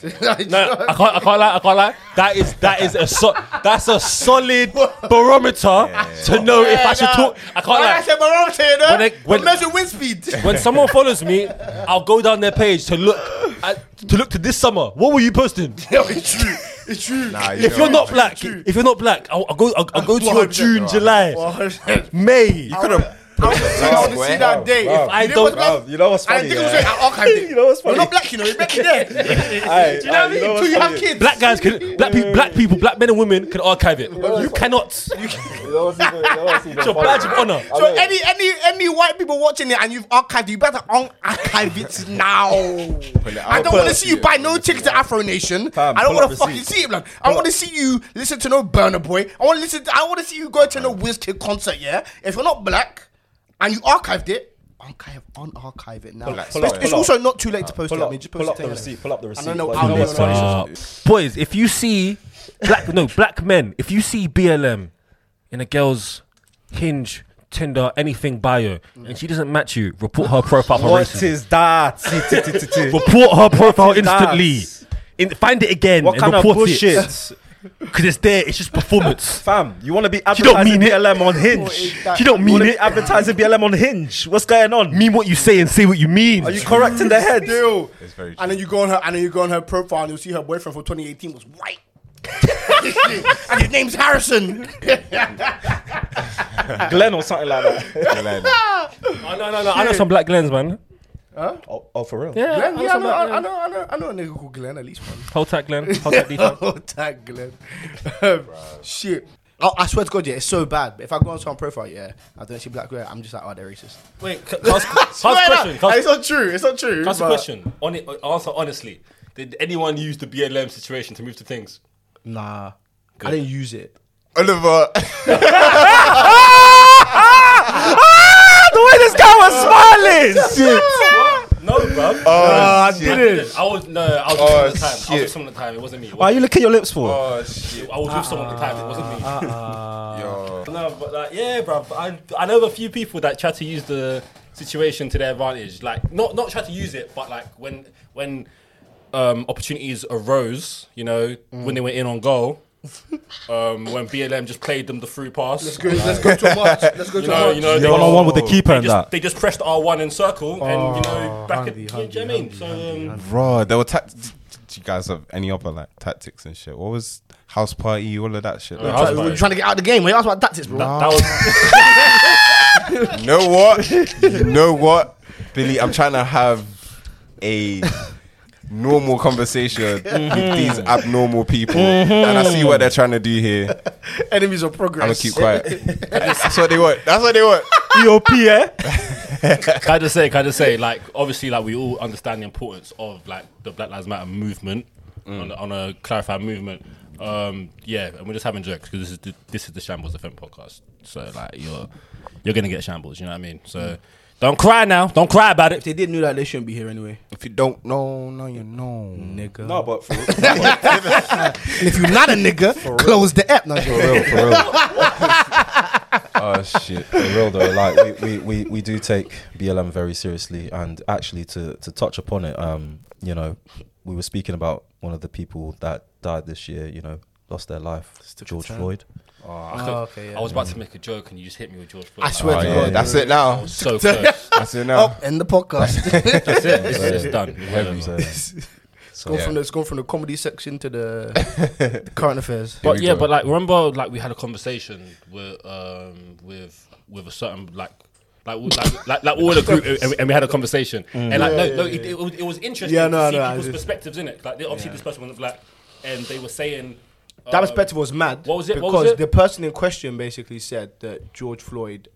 Speaker 3: No, I can't. I can't lie. I can't lie. That is that is a so, that's a solid barometer to know if I should talk. I can't lie.
Speaker 6: said barometer, you know?
Speaker 3: When they- when-
Speaker 6: measure wind speed.
Speaker 3: when someone follows me, I'll go down their page to look at, to look to this summer. What were you posting?
Speaker 6: it's true. It's true.
Speaker 5: Nah, you
Speaker 3: If you're
Speaker 5: don't-
Speaker 3: not black, if you're not black, I'll, I'll go. I'll, I'll go to your
Speaker 6: 100%,
Speaker 3: June, July,
Speaker 6: Well,
Speaker 3: May.
Speaker 5: you could have
Speaker 6: I want to see that- I want to see that day. If I
Speaker 7: Bro,
Speaker 6: don't, I
Speaker 7: you know what's funny?
Speaker 6: didn't think it was
Speaker 7: yeah?
Speaker 6: right. I archived it.
Speaker 7: You know what's
Speaker 6: You're
Speaker 7: funny?
Speaker 6: not black, you know. You're black there.
Speaker 7: Aye,
Speaker 6: Do you know what I mean?
Speaker 7: aye, know
Speaker 6: Until
Speaker 7: what's
Speaker 6: you have
Speaker 7: funny?
Speaker 6: kids.
Speaker 10: Black guys can, black people, black people, black men and women can archive it. You cannot.
Speaker 7: You know what's even- you know what's even
Speaker 10: It's your
Speaker 7: funny?
Speaker 10: badge of honor.
Speaker 6: So any any any white people watching it and you've archived, you better unarchive it now. I don't
Speaker 5: out.
Speaker 6: want to see you buy no tickets to Afro Nation.
Speaker 7: Fam,
Speaker 6: I don't
Speaker 7: pull
Speaker 6: want
Speaker 7: up
Speaker 6: to
Speaker 7: the
Speaker 6: fucking
Speaker 7: seat.
Speaker 6: see it, man. I want to see you listen to no Burner Boy. I want to listen. I want to see you go to no Wizkid concert. Yeah, if you're not black and you archived it, archive unarchive it now.
Speaker 5: up,
Speaker 6: It's,
Speaker 5: pull up,
Speaker 6: it's
Speaker 7: pull
Speaker 6: also not too late to post
Speaker 7: Pull
Speaker 6: it.
Speaker 7: up,
Speaker 6: I mean, just post
Speaker 7: pull
Speaker 6: it
Speaker 7: up the
Speaker 6: anyway.
Speaker 7: receipt. Pull up the
Speaker 6: I
Speaker 7: receipt.
Speaker 6: don't know.
Speaker 7: but
Speaker 6: I
Speaker 7: you
Speaker 6: don't know.
Speaker 7: what's funny?
Speaker 10: Uh, boys, if you see black no black men, if you see BLM in a girl's hinge, Tinder, anything bio, and she doesn't match you, report her profile for
Speaker 7: What
Speaker 10: racism.
Speaker 7: is that? See, t- t- t- t-
Speaker 10: Report her profile
Speaker 7: is that?
Speaker 10: instantly. In, find it again
Speaker 7: What
Speaker 10: and
Speaker 7: kind of
Speaker 10: report it
Speaker 7: bullshit?
Speaker 10: because it's there. It's just performance.
Speaker 7: Fam, you want to be
Speaker 10: don't
Speaker 7: advertising
Speaker 10: mean it.
Speaker 7: BLM on Hinge?
Speaker 10: She don't
Speaker 7: You
Speaker 10: mean
Speaker 7: want to be
Speaker 10: it.
Speaker 7: advertising BLM on Hinge? What's going on?
Speaker 10: Mean what you say and say what you mean.
Speaker 7: Are you correct in the head?
Speaker 6: Still.
Speaker 5: It's very
Speaker 6: And
Speaker 5: true.
Speaker 6: then you go on her, and then you go on her profile, and you'll see her boyfriend from 2018 was white, and his name's Harrison.
Speaker 7: Glenn or something like that.
Speaker 10: no, no, no. I know some black glens, man.
Speaker 7: Oh, oh, for real?
Speaker 10: Yeah,
Speaker 6: Glenn,
Speaker 10: I know
Speaker 6: yeah, I
Speaker 10: some
Speaker 6: know,
Speaker 10: black
Speaker 6: I, I
Speaker 10: Glens.
Speaker 6: know, I know, I know a nigga called Glenn at least one.
Speaker 10: Hold tight, Glenn. Hold tight, D-Funk.
Speaker 6: oh, that Glenn. Um, shit. Oh, I swear to God, yeah, it's so bad. But if I go on someone's profile, yeah, I don't see black girl, I'm just like, oh, they're racist.
Speaker 10: Wait, c- ask, ask
Speaker 6: Swear
Speaker 10: a
Speaker 6: that.
Speaker 10: question.
Speaker 6: And
Speaker 10: Ask,
Speaker 6: it's not true. It's not true.
Speaker 10: ask a
Speaker 6: but-
Speaker 10: question. On it, answer honestly. Did anyone use the BLM situation to move to things?
Speaker 6: Nah, I didn't use it.
Speaker 5: Oliver.
Speaker 7: The way this guy was smiling!
Speaker 10: No, bruv.
Speaker 5: Oh, shit.
Speaker 10: I was no, I
Speaker 5: Oh,
Speaker 10: was with someone at the time. I was
Speaker 5: shit.
Speaker 10: with someone at the time. It wasn't me. It
Speaker 7: Why are
Speaker 10: wasn't
Speaker 7: you licking your lips for?
Speaker 5: Oh, shit.
Speaker 10: me. I was with someone at the time. It wasn't me.
Speaker 6: Ah,
Speaker 5: Yo.
Speaker 10: No, but like, yeah, bruv. I I know of a few people that try to use the situation to their advantage. Like, not not try to use it, but like when when um, opportunities arose, you know,
Speaker 6: Mm.
Speaker 10: when they were in on goal. um, when BLM just played them the through pass,
Speaker 6: Let's go, let's go to March. Let's go
Speaker 10: you
Speaker 6: to
Speaker 10: know,
Speaker 6: March.
Speaker 10: you know, they,
Speaker 7: One on one with the
Speaker 5: Oh.
Speaker 7: keeper
Speaker 10: they
Speaker 7: and
Speaker 10: just,
Speaker 7: that.
Speaker 10: they just pressed R one in circle, and you know,
Speaker 6: Oh,
Speaker 10: back
Speaker 6: handy,
Speaker 10: at, you know
Speaker 6: handy,
Speaker 10: what I mean?
Speaker 6: handy,
Speaker 10: So,
Speaker 6: handy,
Speaker 10: um,
Speaker 5: Bro, there were tactics. Do you guys have any other like tactics and shit? What was house party, all of that shit?
Speaker 10: Yeah,
Speaker 5: Like,
Speaker 10: house
Speaker 6: Like,
Speaker 10: party.
Speaker 6: we're trying to get out of the game. When you ask about tactics, bro.
Speaker 10: that was
Speaker 5: you know what? You know what, Billy? I'm trying to have a normal conversation with these abnormal people, and I see what they're trying to do here.
Speaker 6: Enemies of
Speaker 5: I'm
Speaker 6: progress.
Speaker 5: gonna keep quiet. That's what they want. That's what they want.
Speaker 7: EOP, eh?
Speaker 10: Can I just say, can I just say, like, obviously, like, we all understand the importance of, like, the Black Lives Matter movement on, on a clarified movement. Um, yeah, and we're just having jokes because this is the, this is the Shambles Event podcast. So, like, you're you're gonna get shambles. You know what I mean? So, don't cry now. Don't cry about it.
Speaker 6: They did know that they shouldn't be here anyway.
Speaker 5: If you don't know, now you know.
Speaker 6: Nigga.
Speaker 7: No, Oh, but for real.
Speaker 6: And if you're not a nigga, close the app. No,
Speaker 7: For real, Oh, for real. oh shit, for real though. Like we, we, we, we do take BLM very seriously, and actually to to touch upon it, um, you know, we were speaking about one of the people that died this year. You know, lost their life,
Speaker 6: took
Speaker 7: George
Speaker 6: a turn.
Speaker 7: Floyd.
Speaker 6: Oh, okay, yeah.
Speaker 10: I was about to make a joke and you just hit me with George Floyd.
Speaker 6: I swear
Speaker 5: Oh,
Speaker 6: to
Speaker 5: yeah,
Speaker 6: God.
Speaker 5: that's it now.
Speaker 10: so close.
Speaker 5: That's it now.
Speaker 6: Oh, end the podcast.
Speaker 10: That's it. It's, it's done.
Speaker 6: It's
Speaker 7: So,
Speaker 6: gone from the it's gone from the comedy section to the current affairs.
Speaker 10: But
Speaker 5: we
Speaker 10: yeah,
Speaker 5: go.
Speaker 10: but like remember, like we had a conversation with um with with a certain like. Like, we- like, like, like all the group, and we, and we had a conversation, and like, no, no, it, it, was, it was interesting
Speaker 6: Mm. Yeah,
Speaker 10: to
Speaker 6: no,
Speaker 10: see
Speaker 6: no, I
Speaker 10: people's
Speaker 6: just-
Speaker 10: perspectives in it. Like, they, obviously, this person wasn't black, and they were saying
Speaker 6: That
Speaker 10: um,
Speaker 6: perspective was mad.
Speaker 10: what was it? What
Speaker 6: Because
Speaker 10: was it?
Speaker 6: the person in question basically said that George Floyd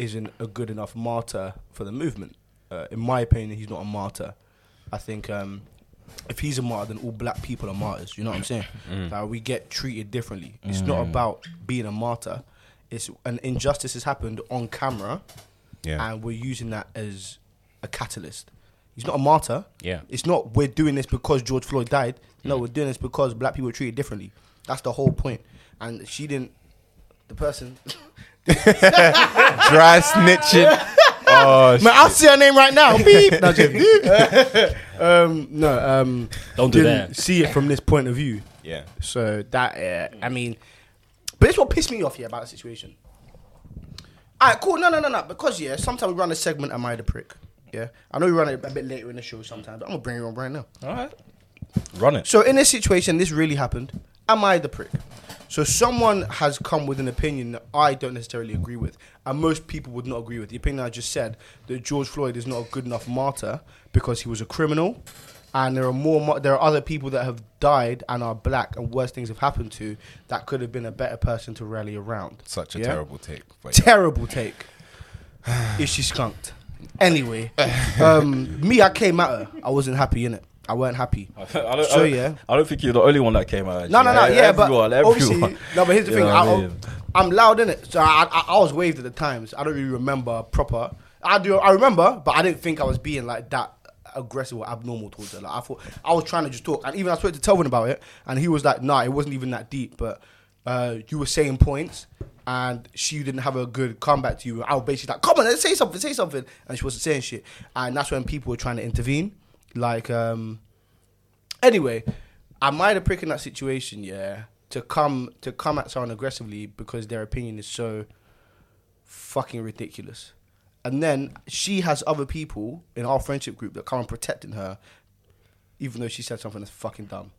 Speaker 6: isn't a good enough martyr for the movement. Uh, in my opinion, he's not a martyr. I think um, if he's a martyr, then all black people are martyrs. You know what I'm saying?
Speaker 10: Mm.
Speaker 6: Like, we get treated differently. It's not about being a martyr. It's an injustice has happened on camera,
Speaker 5: Yeah.
Speaker 6: and we're using that as a catalyst. He's not a martyr.
Speaker 10: Yeah.
Speaker 6: It's not we're doing this because George Floyd died. No, we're doing this because black people are treated differently. That's the whole point. And she didn't. The person.
Speaker 7: Oh.
Speaker 5: Dry snitching. Oh,
Speaker 6: Man, I'll see her name right now. Beep. No, just beep. um, no. Um,
Speaker 10: Don't do
Speaker 6: didn't
Speaker 10: that.
Speaker 6: See it from this point of view.
Speaker 5: yeah.
Speaker 6: So that uh, I mean, but it's what pissed me off here about the situation. Alright, cool. No, no, no, no. Because yeah, sometimes we run a segment. Am I the prick? Yeah, I know we run it a bit later in the show sometimes, but I'm gonna bring it on right now.
Speaker 7: run it.
Speaker 6: So in this situation, this really happened. Am I the prick? So someone has come with an opinion that I don't necessarily agree with, and most people would not agree with. The opinion I just said that George Floyd is not a good enough martyr because he was a criminal, and there are more mar- there are other people that have died and are black and worse things have happened to that could have been a better person to rally around.
Speaker 5: Such a
Speaker 6: Yeah?
Speaker 5: terrible take. But
Speaker 6: terrible take. Is she skunked? Anyway, um, me, I came at her. I wasn't happy in it. I weren't happy.
Speaker 7: I don't,
Speaker 6: So,
Speaker 7: I don't-
Speaker 6: yeah.
Speaker 7: I don't think you're the only one that came out.
Speaker 6: No, no, no.
Speaker 7: actually.
Speaker 6: Yeah,
Speaker 7: everyone,
Speaker 6: but
Speaker 7: everyone.
Speaker 6: obviously, no. But here's the
Speaker 7: You
Speaker 6: thing.
Speaker 7: know what I
Speaker 6: I,
Speaker 7: mean?
Speaker 6: I'm loud in it, so I, I, I was waved at the times. I don't really remember proper. I do. I remember, but I didn't think I was being like that aggressive or abnormal towards her. Like I thought I was trying to just talk, and even I spoke to Telvin about it, and he was like, "Nah, it wasn't even that deep." But uh, you were saying points. And she didn't have a good comeback to you. I was basically like, "Come on, let's say something, say something," and she wasn't saying shit. And that's when people were trying to intervene, like um, anyway, I might have prick in that situation, yeah, to come to come at someone aggressively because their opinion is so fucking ridiculous. And then she has other people in our friendship group that come and protecting her, even though she said something that's fucking dumb.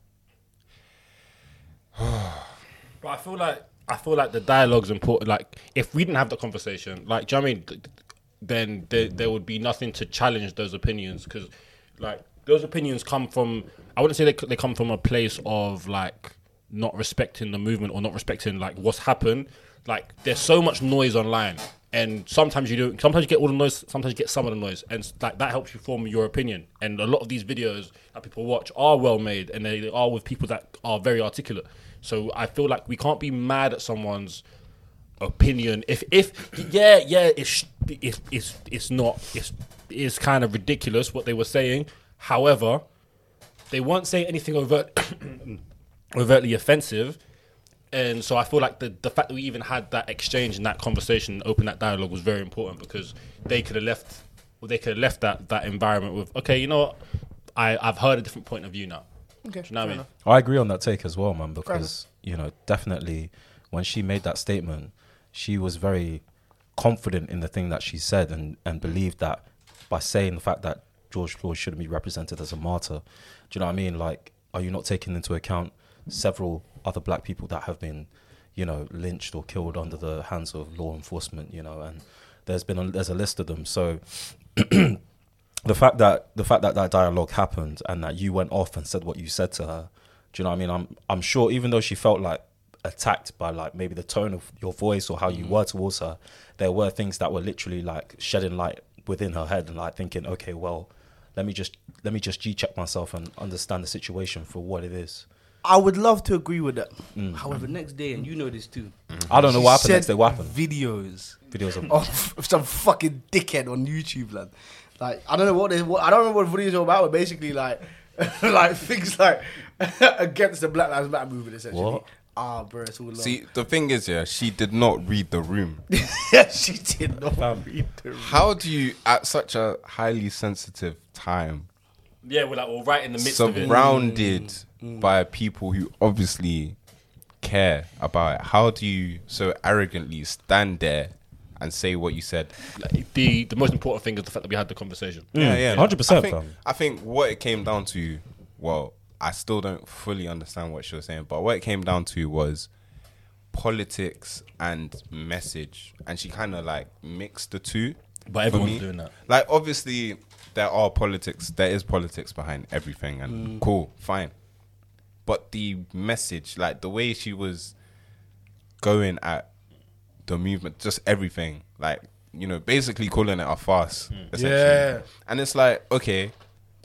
Speaker 10: But I feel like I feel like the dialogue's important. Like if we didn't have the conversation, like do you know what I mean? Th- th- Then there, there would be nothing to challenge those opinions because, like, those opinions come from. I wouldn't say they c- they come from a place of like not respecting the movement or not respecting like what's happened. Like there's so much noise online, and sometimes you do. Sometimes you get all the noise. Sometimes you get some of the noise, and s- like that helps you form your opinion. And a lot of these videos that people watch are well made, and they are with people that are very articulate. So I feel like we can't be mad at someone's opinion. If if yeah yeah it's it's it's, it's not it's it's kind of ridiculous what they were saying. However, they weren't saying anything overt overtly offensive. And so I feel like the, the fact that we even had that exchange and that conversation, open that dialogue was very important because they could have left well, they could have left that, that environment with, okay, you know what? I, I've heard a different point of view now. Okay. Do you know what I mean?
Speaker 7: I agree on that take as well, man, because you know, definitely when she made that statement, she was very confident in the thing that she said and, and believed that by saying the fact that George Floyd shouldn't be represented as a martyr. Do you know what I mean? Like, are you not taking into account several other black people that have been, you know, lynched or killed under the hands of law enforcement, you know, and there's been a, there's a list of them. So the fact that the fact that that dialogue happened and that you went off and said what you said to her, do you know what I mean? I'm I'm sure even though she felt like attacked by like maybe the tone of your voice or how you
Speaker 6: Mm-hmm.
Speaker 7: were towards her, there were things that were literally like shedding light within her head and like thinking, okay, well, let me just let me just G check myself and understand the situation for what it is.
Speaker 6: I would love to agree with that. However, next day, and you know this too.
Speaker 7: Mm. I don't know
Speaker 6: she
Speaker 7: what happened
Speaker 6: said
Speaker 7: next day. What happened?
Speaker 6: Videos.
Speaker 7: Videos of
Speaker 6: of Oh, some fucking dickhead on YouTube, lad. Like I don't know what they, what, I don't remember what videos are about, but basically like like things like against the Black Lives Matter movement essentially.
Speaker 7: What?
Speaker 6: Ah, bro, it's all long.
Speaker 5: See, the thing is, yeah, she did not read the room.
Speaker 6: she did not read the room.
Speaker 5: How do you, at such a highly sensitive time,
Speaker 10: Yeah, we're like, well, right in the midst of it.
Speaker 5: surrounded by people who obviously care about it, how do you so arrogantly stand there and say what you said?
Speaker 10: Like, the, the most important thing is the fact that we had the conversation.
Speaker 7: Yeah, yeah. 100%,
Speaker 5: I think,
Speaker 7: fam.
Speaker 5: I think what it came down to, well, I still don't fully understand what she was saying, but what it came down to was politics and message, and she kind of like mixed the two.
Speaker 10: But
Speaker 5: for
Speaker 10: everyone's
Speaker 5: me.
Speaker 10: doing that.
Speaker 5: Like, obviously, there are politics. There is politics behind everything, and
Speaker 6: Mm.
Speaker 5: cool, fine. But the message, like the way she was going at the movement, just everything, like you know, basically calling it a farce, essentially.
Speaker 6: Mm. Yeah.
Speaker 5: And it's like, okay,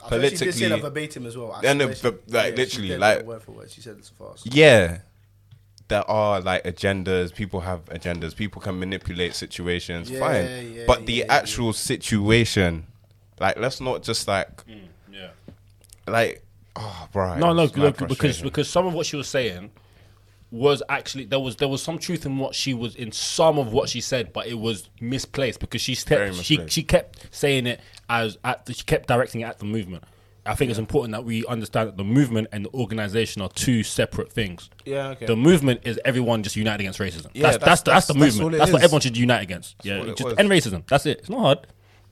Speaker 6: I think she did say
Speaker 5: politically,
Speaker 6: that verbatim as well. I
Speaker 5: And
Speaker 6: swear
Speaker 5: the-
Speaker 6: she-
Speaker 5: the- like,
Speaker 6: she
Speaker 5: literally,
Speaker 6: did,
Speaker 5: like-
Speaker 6: word for word, she said it so fast.
Speaker 5: yeah, there are like agendas. People have agendas. People can manipulate situations.
Speaker 6: Yeah,
Speaker 5: fine,
Speaker 6: yeah,
Speaker 5: but the
Speaker 6: yeah,
Speaker 5: actual situation, like, let's not just
Speaker 6: Mm.
Speaker 5: like,
Speaker 10: Yeah.
Speaker 5: like, oh, right.
Speaker 10: No, no, look, because because some of what she was saying was actually there was there was some truth in what she was in some of what she said, but it was misplaced because she
Speaker 5: Very
Speaker 10: kept she
Speaker 5: misplaced.
Speaker 10: she kept saying it as at the, she kept directing it at the movement. I think it's important that we understand that the movement and the organization are two separate things.
Speaker 6: Yeah, okay.
Speaker 10: The movement is everyone just unite against racism.
Speaker 6: Yeah,
Speaker 10: that's, that's, that's,
Speaker 6: that's-
Speaker 10: the
Speaker 6: that's- that's
Speaker 10: movement.
Speaker 6: all it
Speaker 10: That's, what
Speaker 6: is.
Speaker 10: everyone should unite against. yeah,
Speaker 5: what it
Speaker 10: just
Speaker 5: was.
Speaker 10: end racism. That's it. It's not hard.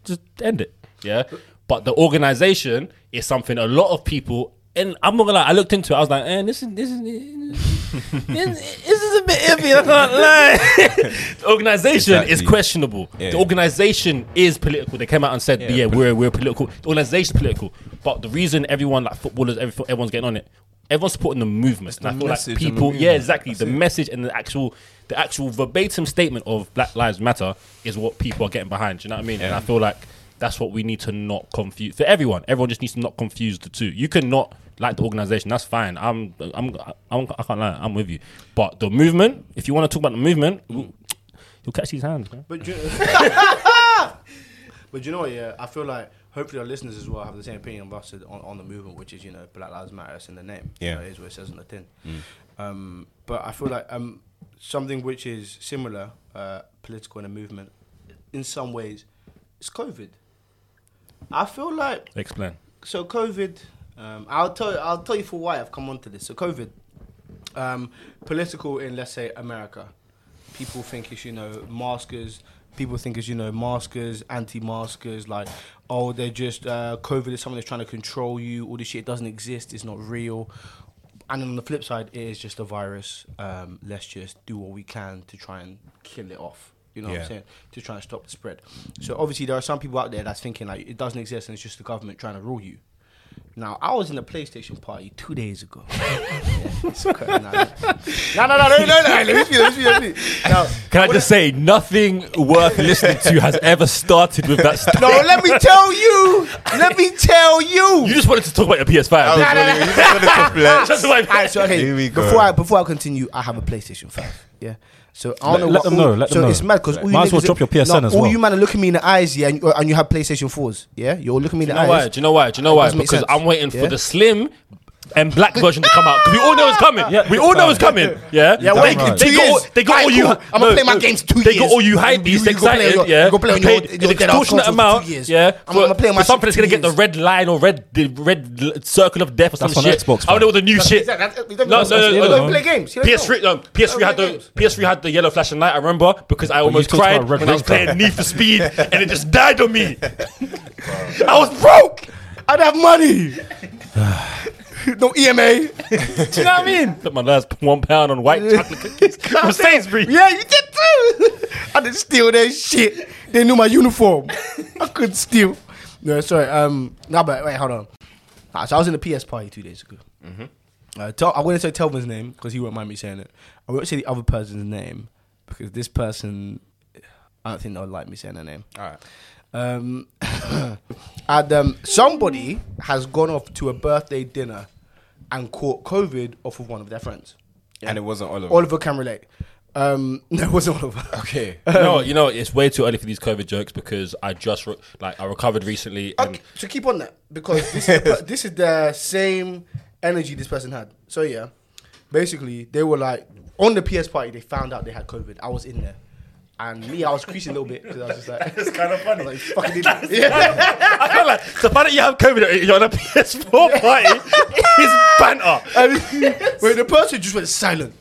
Speaker 10: Just end it. Yeah. But the organization is something a lot of people. And I'm not gonna lie. I looked into it. I was like, "Eh, this is this is this is, this is bit iffy. I can't lie. the organization is
Speaker 5: Exactly.
Speaker 10: questionable.
Speaker 5: Yeah.
Speaker 10: The organization is political. They came out and said, "Yeah, we're we're political." The organization is political, but the reason everyone like footballers, every, everyone's getting on it, everyone's supporting the movement. and I feel
Speaker 5: message
Speaker 10: like
Speaker 5: and the
Speaker 10: people, yeah,
Speaker 5: movement.
Speaker 10: exactly. the message and the actual, the actual verbatim statement of Black Lives Matter is what people are getting behind. Do you know what I mean? And I feel like that's what we need to not confuse for everyone. Everyone just needs to not confuse the two. You cannot like the organization. That's fine. I'm, I'm, I'm I can't lie. I'm with you. But the movement. If you want to talk about the movement, you'll you'll catch these hands. man.
Speaker 6: But you, but you know what? Yeah, I feel like hopefully our listeners as well have the same opinion of us on, on the movement, which is you know Black Lives Matter. It's in the name. You
Speaker 5: Yeah.
Speaker 6: know, it is what it says on the tin. Um, but I feel like um, something which is similar, uh, political and a movement, in some ways, is COVID. I feel like
Speaker 10: Explain.
Speaker 6: so COVID. Um, I'll tell you, I'll tell you for why I've come onto this. So COVID, um, political in let's say America, people think it's you know maskers. People think it's you know maskers, anti-maskers, like oh they're just uh, COVID is something that's trying to control you. All this shit doesn't exist. It's not real. And on the flip side, it is just a virus. Um, let's just do what we can to try and kill it off. You know what I'm
Speaker 5: Yeah.
Speaker 6: saying? To try and stop the spread. So obviously there are some people out there that's thinking like it doesn't exist and it's just the government trying to rule you. Now I was in a PlayStation party two days ago. Yeah, it's okay, nah, nah. no, no, no, no, no, no. Let me speak. Let me speak. Let me speak. Now,
Speaker 10: Can I just say nothing worth listening to has ever started with that stuff.
Speaker 6: no, let me tell you. Let me tell you.
Speaker 10: You just wanted to talk about your PS5.
Speaker 6: Oh,
Speaker 5: Nah, nah, nah.
Speaker 10: Just about-
Speaker 6: Alright, so okay,
Speaker 5: Here we go.
Speaker 6: Before I before I continue, I have a PlayStation Five. Yeah. So I don't
Speaker 7: Let-
Speaker 6: know.
Speaker 7: let
Speaker 6: what
Speaker 7: them
Speaker 6: all-
Speaker 7: know, let
Speaker 6: so
Speaker 7: them know.
Speaker 6: it's mad because all you
Speaker 7: Might as well
Speaker 6: niggas-
Speaker 7: drop your PSN
Speaker 6: no,
Speaker 7: as
Speaker 6: All
Speaker 7: well.
Speaker 6: you man are looking me in the eyes, yeah, and you, and you have PlayStation Fours, yeah. You're looking me in
Speaker 10: Do
Speaker 6: the
Speaker 10: you know why?
Speaker 6: eyes.
Speaker 10: Do you know why? Do you know why?
Speaker 6: Doesn't make
Speaker 10: Because
Speaker 6: sense.
Speaker 10: I'm waiting
Speaker 6: Yeah.
Speaker 10: for the slim and black version to come out. Because we all know it's coming.
Speaker 7: Yeah.
Speaker 10: We all know it's coming. Yeah.
Speaker 6: Yeah, wait,
Speaker 10: They,
Speaker 6: right.
Speaker 10: they
Speaker 6: two
Speaker 10: got all,
Speaker 6: years.
Speaker 10: they got
Speaker 6: Alright,
Speaker 10: all you.
Speaker 6: cool. I'ma play my games two
Speaker 10: They
Speaker 6: years.
Speaker 10: got all you hype
Speaker 6: You-
Speaker 10: beast
Speaker 6: you go play on
Speaker 10: excited.
Speaker 6: your-
Speaker 10: yeah.
Speaker 6: you go play on
Speaker 10: You
Speaker 6: your-
Speaker 10: paid
Speaker 6: your
Speaker 10: an
Speaker 6: dead ass
Speaker 10: extortionate
Speaker 6: consoles for
Speaker 10: amount.
Speaker 6: two years.
Speaker 10: Yeah.
Speaker 6: I'ma- I'ma
Speaker 10: for-
Speaker 6: play on
Speaker 10: for
Speaker 6: my
Speaker 10: something
Speaker 6: shit
Speaker 10: that's gonna
Speaker 6: two
Speaker 10: get the
Speaker 6: years.
Speaker 10: red line or red the red l- circle of death or some
Speaker 7: on
Speaker 10: shit.
Speaker 7: Xbox,
Speaker 10: I don't know what the new shit.
Speaker 6: Exactly.
Speaker 10: No, no, no,
Speaker 6: You
Speaker 10: no,
Speaker 6: don't
Speaker 10: no.
Speaker 6: play games. You don't
Speaker 10: PS3,
Speaker 6: know.
Speaker 10: um, PS3 had
Speaker 6: play
Speaker 10: the
Speaker 6: games.
Speaker 10: PS3 had the yellow flashing light. I remember because I almost
Speaker 7: talked
Speaker 10: cried
Speaker 7: about Red
Speaker 10: when I was
Speaker 7: Red Red.
Speaker 10: playing Need for Speed, and it just died on me. I was broke.
Speaker 6: I don't have money. no E EMA.
Speaker 10: Do you know what I mean? Put my last one pound on white chocolate cookies from Sainsbury's.
Speaker 6: Yeah, you did too. I didn't steal their shit. They knew my uniform. I couldn't steal. No, sorry. Um, no, but wait, hold on. Ah, so I was in the PS party two days ago.
Speaker 5: Mm-hmm.
Speaker 6: Uh, Tel- I wouldn't say Telvin's name because he won't mind me saying it. I won't say the other person's name because this person, I don't think they'll like me saying their name.
Speaker 5: All right.
Speaker 6: Um, and um, somebody has gone off to a birthday dinner and caught COVID off of one of their friends.
Speaker 5: And it wasn't Oliver.
Speaker 6: Oliver can relate. Um, no, it wasn't Oliver.
Speaker 5: Okay.
Speaker 10: No, you know it's way too early for these COVID jokes because I just re- like I recovered recently. And
Speaker 6: Okay, so keep on that because this is, the, per- this is the same energy this person had. So yeah, basically they were like on the PS party. They found out they had COVID. I was in there, and me, I was creasing a little bit because I was just like, "It's kind of funny." Like, fucking idiot. Yeah.
Speaker 10: I feel like the fact that you have COVID, uh, you're on a PS4 party is banter.
Speaker 6: And- Wait, the person just went silent.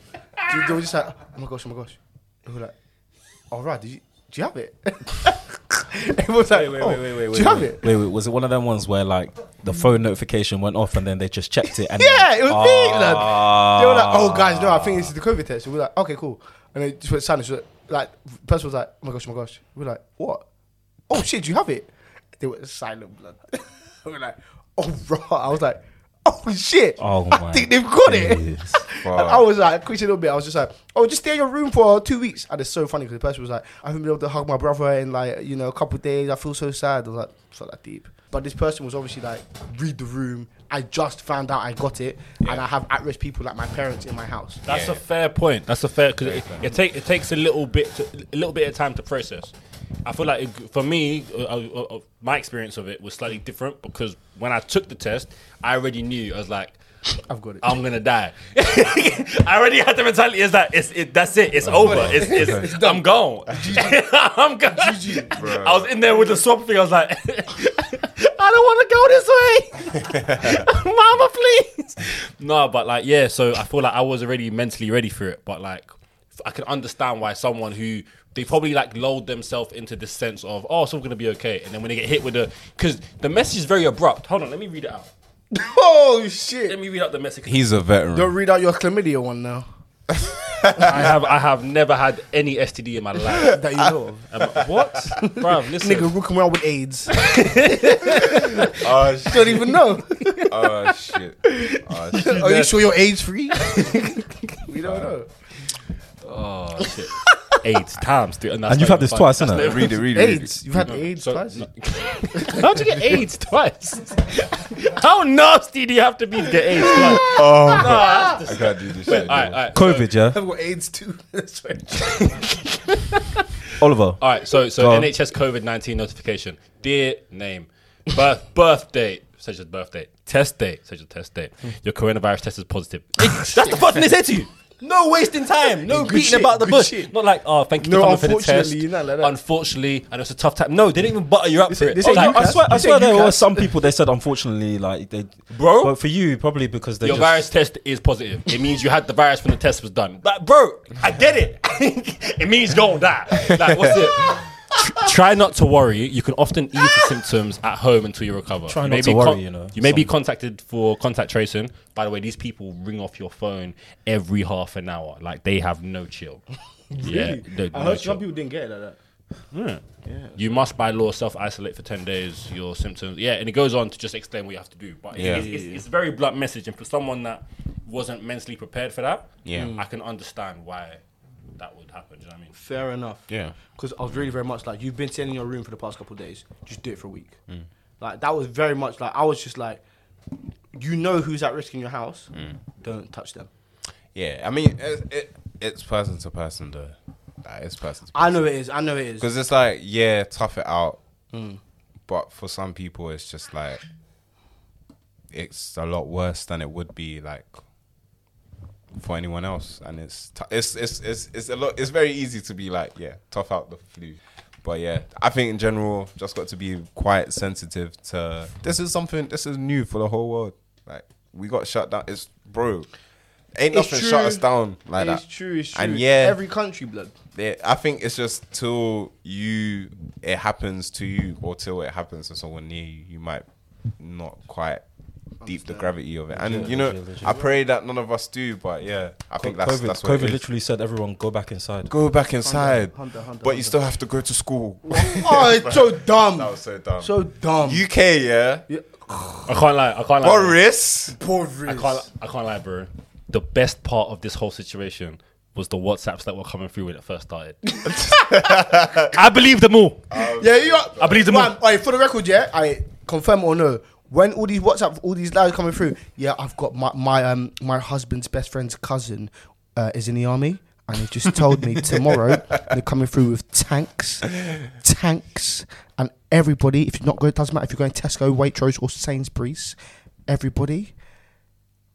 Speaker 6: They they were just like, "Oh my gosh, oh my gosh." They were like, "All right, did you do you have it?" Everyone's like,
Speaker 7: wait,
Speaker 6: "Oh,
Speaker 7: wait, wait, wait,
Speaker 6: do
Speaker 7: wait,
Speaker 6: you have
Speaker 7: wait.
Speaker 6: it?"
Speaker 7: Wait, wait, was it one of them ones where like the phone notification went off and then they just checked it? And
Speaker 6: Yeah,
Speaker 7: then- "Ah,
Speaker 6: it was big. Like, they were like, "Oh, guys, no, I think it's the COVID test." We were like, "Okay, cool," and they just went silent. She was Like, like person was like, "Oh my gosh, oh my gosh." We were like, "What? Oh shit, you have it?" They were silent. Blood. we were like, "Oh, right." I was like, "Oh shit,
Speaker 7: Oh,
Speaker 6: I
Speaker 7: my
Speaker 6: think they've got it."
Speaker 7: days.
Speaker 6: And I was like, quick a little bit. I was just like, "Oh, just stay in your room for two weeks." And it's so funny because the person was like, "I haven't been able to hug my brother in like you know a couple of days. I feel so sad." I was like, "It's not that deep." But this person was obviously like, "Read the room." I just found out I got it, and I have at-risk people like my parents in my house.
Speaker 10: That's a fair point. That's a fair because it, it take it takes a little bit to, a little bit of time to process. I feel like it, for me, uh, uh, uh, my experience of it was slightly different because when I took the test, I already knew. I was like.
Speaker 6: I've got it.
Speaker 10: I'm gonna die. I already had the mentality. Is that it's it, that's it. It's over. It's, it's, I'm gone. I'm gone. I was in there with the swap thing. I was like, I don't want to go this way, Mama, please. No, but like yeah. So I feel like I was already mentally ready for it. But like I can understand why someone who they probably like lulled themselves into this sense of oh, it's all gonna be okay, and then when they get hit with the because the message is very abrupt. Hold on, let me read it out.
Speaker 6: oh
Speaker 10: Let
Speaker 6: shit!
Speaker 10: me read out the message.
Speaker 5: He's a veteran.
Speaker 6: Don't read out your chlamydia one now.
Speaker 10: I have I have never had any STD in my life.
Speaker 6: that you know of.
Speaker 10: Um, what, bruv? Listen,
Speaker 6: Ah, Nigga walking around with AIDS.
Speaker 5: Oh shit!
Speaker 6: don't even know.
Speaker 5: Oh shit! Oh shit!
Speaker 6: Are you sure you're AIDS free? we don't know.
Speaker 10: oh shit. AIDS times three, that's
Speaker 7: And you've had
Speaker 10: not
Speaker 7: this
Speaker 10: even
Speaker 7: twice,
Speaker 10: funny.
Speaker 7: innit?
Speaker 10: That's not
Speaker 5: Read it, read it. read it.
Speaker 6: AIDS. You've had AIDS
Speaker 10: so-
Speaker 6: twice.
Speaker 10: no. even- How'd you get AIDS twice? How nasty do you have to be to get AIDS twice?
Speaker 5: I can't do this shit.
Speaker 10: All right, all
Speaker 5: anymore.
Speaker 10: right,
Speaker 7: COVID, yeah.
Speaker 6: I've got AIDS too. That's right.
Speaker 7: Oliver,
Speaker 10: all right. So, so
Speaker 7: Go on.
Speaker 10: NHS COVID nineteen notification. Dear name, birth birth date such as birth date, test date such as test date.
Speaker 6: Hmm.
Speaker 10: Your coronavirus test is positive. That's the first thing they say to you. No wasting time. No beating
Speaker 6: shit,
Speaker 10: about the
Speaker 6: good
Speaker 10: bush.
Speaker 6: shit.
Speaker 10: Not like oh, thank you
Speaker 6: No,
Speaker 10: for coming for the test.
Speaker 6: unfortunately, not like that.
Speaker 10: Unfortunately, and it's a tough time. No, they didn't even butter you up for
Speaker 6: say-
Speaker 10: it.
Speaker 6: they say
Speaker 10: Like,
Speaker 6: you
Speaker 7: I
Speaker 6: Cass-
Speaker 7: swear, I
Speaker 6: you
Speaker 7: swear
Speaker 6: said
Speaker 7: there
Speaker 6: you
Speaker 7: were
Speaker 6: Cass-
Speaker 7: some people they said unfortunately like they
Speaker 10: Bro?
Speaker 7: But for you, probably because they
Speaker 10: Your
Speaker 7: just,
Speaker 10: virus test is positive. It means you had the virus when the test was done. Like, bro, I get it. it means you gonna die. Like, what's it? Tr- Try not to worry. You can often ease the symptoms at home until you recover.
Speaker 7: Try
Speaker 10: You
Speaker 7: not
Speaker 10: may
Speaker 7: to
Speaker 10: be
Speaker 7: worry, you know,
Speaker 10: You may be
Speaker 7: some-
Speaker 10: contacted for contact tracing. By the way, these people ring off your phone every half an hour. Like they have no chill. Yeah, they-
Speaker 6: I
Speaker 10: no
Speaker 6: heard
Speaker 10: chill.
Speaker 6: some people didn't get it like that.
Speaker 10: You must, by law, self isolate for 10 days your symptoms. Yeah, and it goes on to just explain what you have to do. But
Speaker 5: Yeah.
Speaker 10: it's, it's, it's a very blunt message. And for someone that wasn't mentally prepared for that, Mm.
Speaker 5: Yeah.
Speaker 10: I can understand why that would happen. Do you know what I mean?
Speaker 6: Fair enough.
Speaker 5: Yeah.
Speaker 6: Because I was really very much like, you've been sitting in your room for the past couple of days. Just do it for a week.
Speaker 5: Mm.
Speaker 6: Like that was very much like I was just like, you know who's at risk in your house.
Speaker 5: Mm.
Speaker 6: Don't touch them.
Speaker 5: Yeah, I mean, it, it, it's person to person though. Like, it's person to
Speaker 6: I know it is. I know it is. Mm.
Speaker 5: because it's like yeah, tough it out. But for some people, it's just like it's a lot worse than it would be like for anyone else, and it's tou- it's it's it's it's a lot. It's very easy to be like yeah, tough out the flu. But yeah, I think in general, just got to be quite sensitive to this is something this is new for the whole world. Like we got shut down. It's bro. Ain't
Speaker 6: It's
Speaker 5: nothing shut
Speaker 6: true.
Speaker 5: us down like
Speaker 6: it's
Speaker 5: that.
Speaker 6: true. It's true.
Speaker 5: And yeah,
Speaker 6: every country blood.
Speaker 5: yeah, I think it's just till you it happens to you or till it happens to someone near you, you might not quite deep the gravity of it. And you know,
Speaker 7: legit, legit.
Speaker 5: I pray that none of us do, but yeah, I think that's
Speaker 7: COVID,
Speaker 5: that's what it
Speaker 7: COVID
Speaker 5: is.
Speaker 7: literally said everyone go back inside.
Speaker 5: Go back inside,
Speaker 6: Hunter, Hunter,
Speaker 5: but you
Speaker 6: Hunter.
Speaker 5: still have to go to school.
Speaker 6: oh, it's so dumb.
Speaker 5: that was so dumb.
Speaker 6: so dumb.
Speaker 5: UK, yeah,
Speaker 10: I can't lie. I can't lie.
Speaker 5: Boris.
Speaker 6: Boris.
Speaker 10: I can't, I can't lie, bro. The best part of this whole situation was the WhatsApps that were coming through when it first started. I believe them all.
Speaker 6: Yeah, you are.
Speaker 10: I believe them all.
Speaker 6: Man, all right, for the record, yeah, I confirm or no. When all these WhatsApp, all these lies coming through, yeah, I've got my my um my husband's best friend's cousin uh, is in the army, and he just told me tomorrow they're coming through with tanks, tanks, and everybody. If you're not going, it doesn't matter if you're going Tesco, Waitrose, or Sainsbury's. Everybody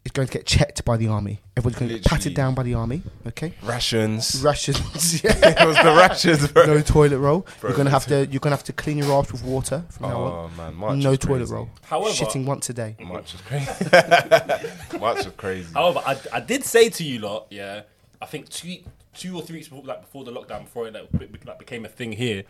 Speaker 6: is going to get checked by the army. Everyone's going to get patted
Speaker 5: Literally.
Speaker 6: down by the army. Okay,
Speaker 5: Rations.
Speaker 6: rations. Yeah
Speaker 5: it was the rations, bro.
Speaker 6: no toilet roll.
Speaker 5: Bro,
Speaker 6: you're gonna have to you're gonna have to clean your ass with water from now
Speaker 5: Oh
Speaker 6: on.
Speaker 5: man, March
Speaker 6: no
Speaker 5: is
Speaker 6: toilet
Speaker 5: crazy.
Speaker 6: roll.
Speaker 10: However-
Speaker 6: shitting once a day.
Speaker 5: March is crazy. March is crazy.
Speaker 10: However, I, I did say to you lot, yeah, I think two two or three weeks before, like before the lockdown, before it like, be- be- like, became a thing here,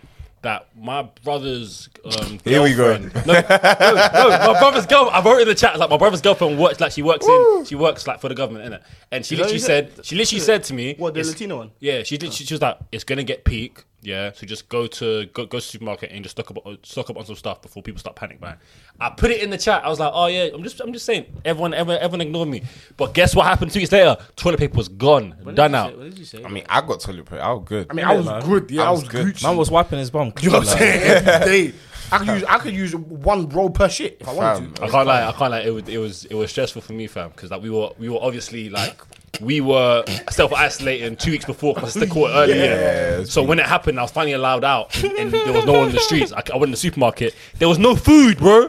Speaker 10: that my brother's um,
Speaker 5: Here we go.
Speaker 10: girlfriend- No, no, no, my brother's girl. I wrote in the chat like my brother's girlfriend works like she works in she works like for the government, innit? And she
Speaker 6: Is that
Speaker 10: literally
Speaker 6: what
Speaker 10: said
Speaker 6: you said?
Speaker 10: she literally said to me,
Speaker 6: What, the
Speaker 10: it's-
Speaker 6: Latino one? Oh.
Speaker 10: Yeah, she did. She, she was like, it's gonna get peak. Yeah, so just go to go, go to supermarket and just stock up stock up on some stuff before people start panic buying. I put it in the chat. I was like, oh yeah, I'm just I'm just saying. Everyone everyone, everyone ignored me. But guess what happened two weeks later? Toilet paper was gone, done out.
Speaker 6: did you say?
Speaker 5: I mean, I got toilet paper. I was good.
Speaker 6: I mean, I was good. Yeah, I was, good.
Speaker 7: Man was wiping his bum.
Speaker 6: You know what I'm saying? Every day. I could use I could use one roll per shit if I wanted to.
Speaker 10: I can't lie. I can't lie. It was it was it was stressful for me, fam, because like we were we were obviously like we were self isolating two weeks before because the court earlier. so when it happened, I was finally allowed out, and, and there was no one in the streets. I, I went in the supermarket. There was no food, bro.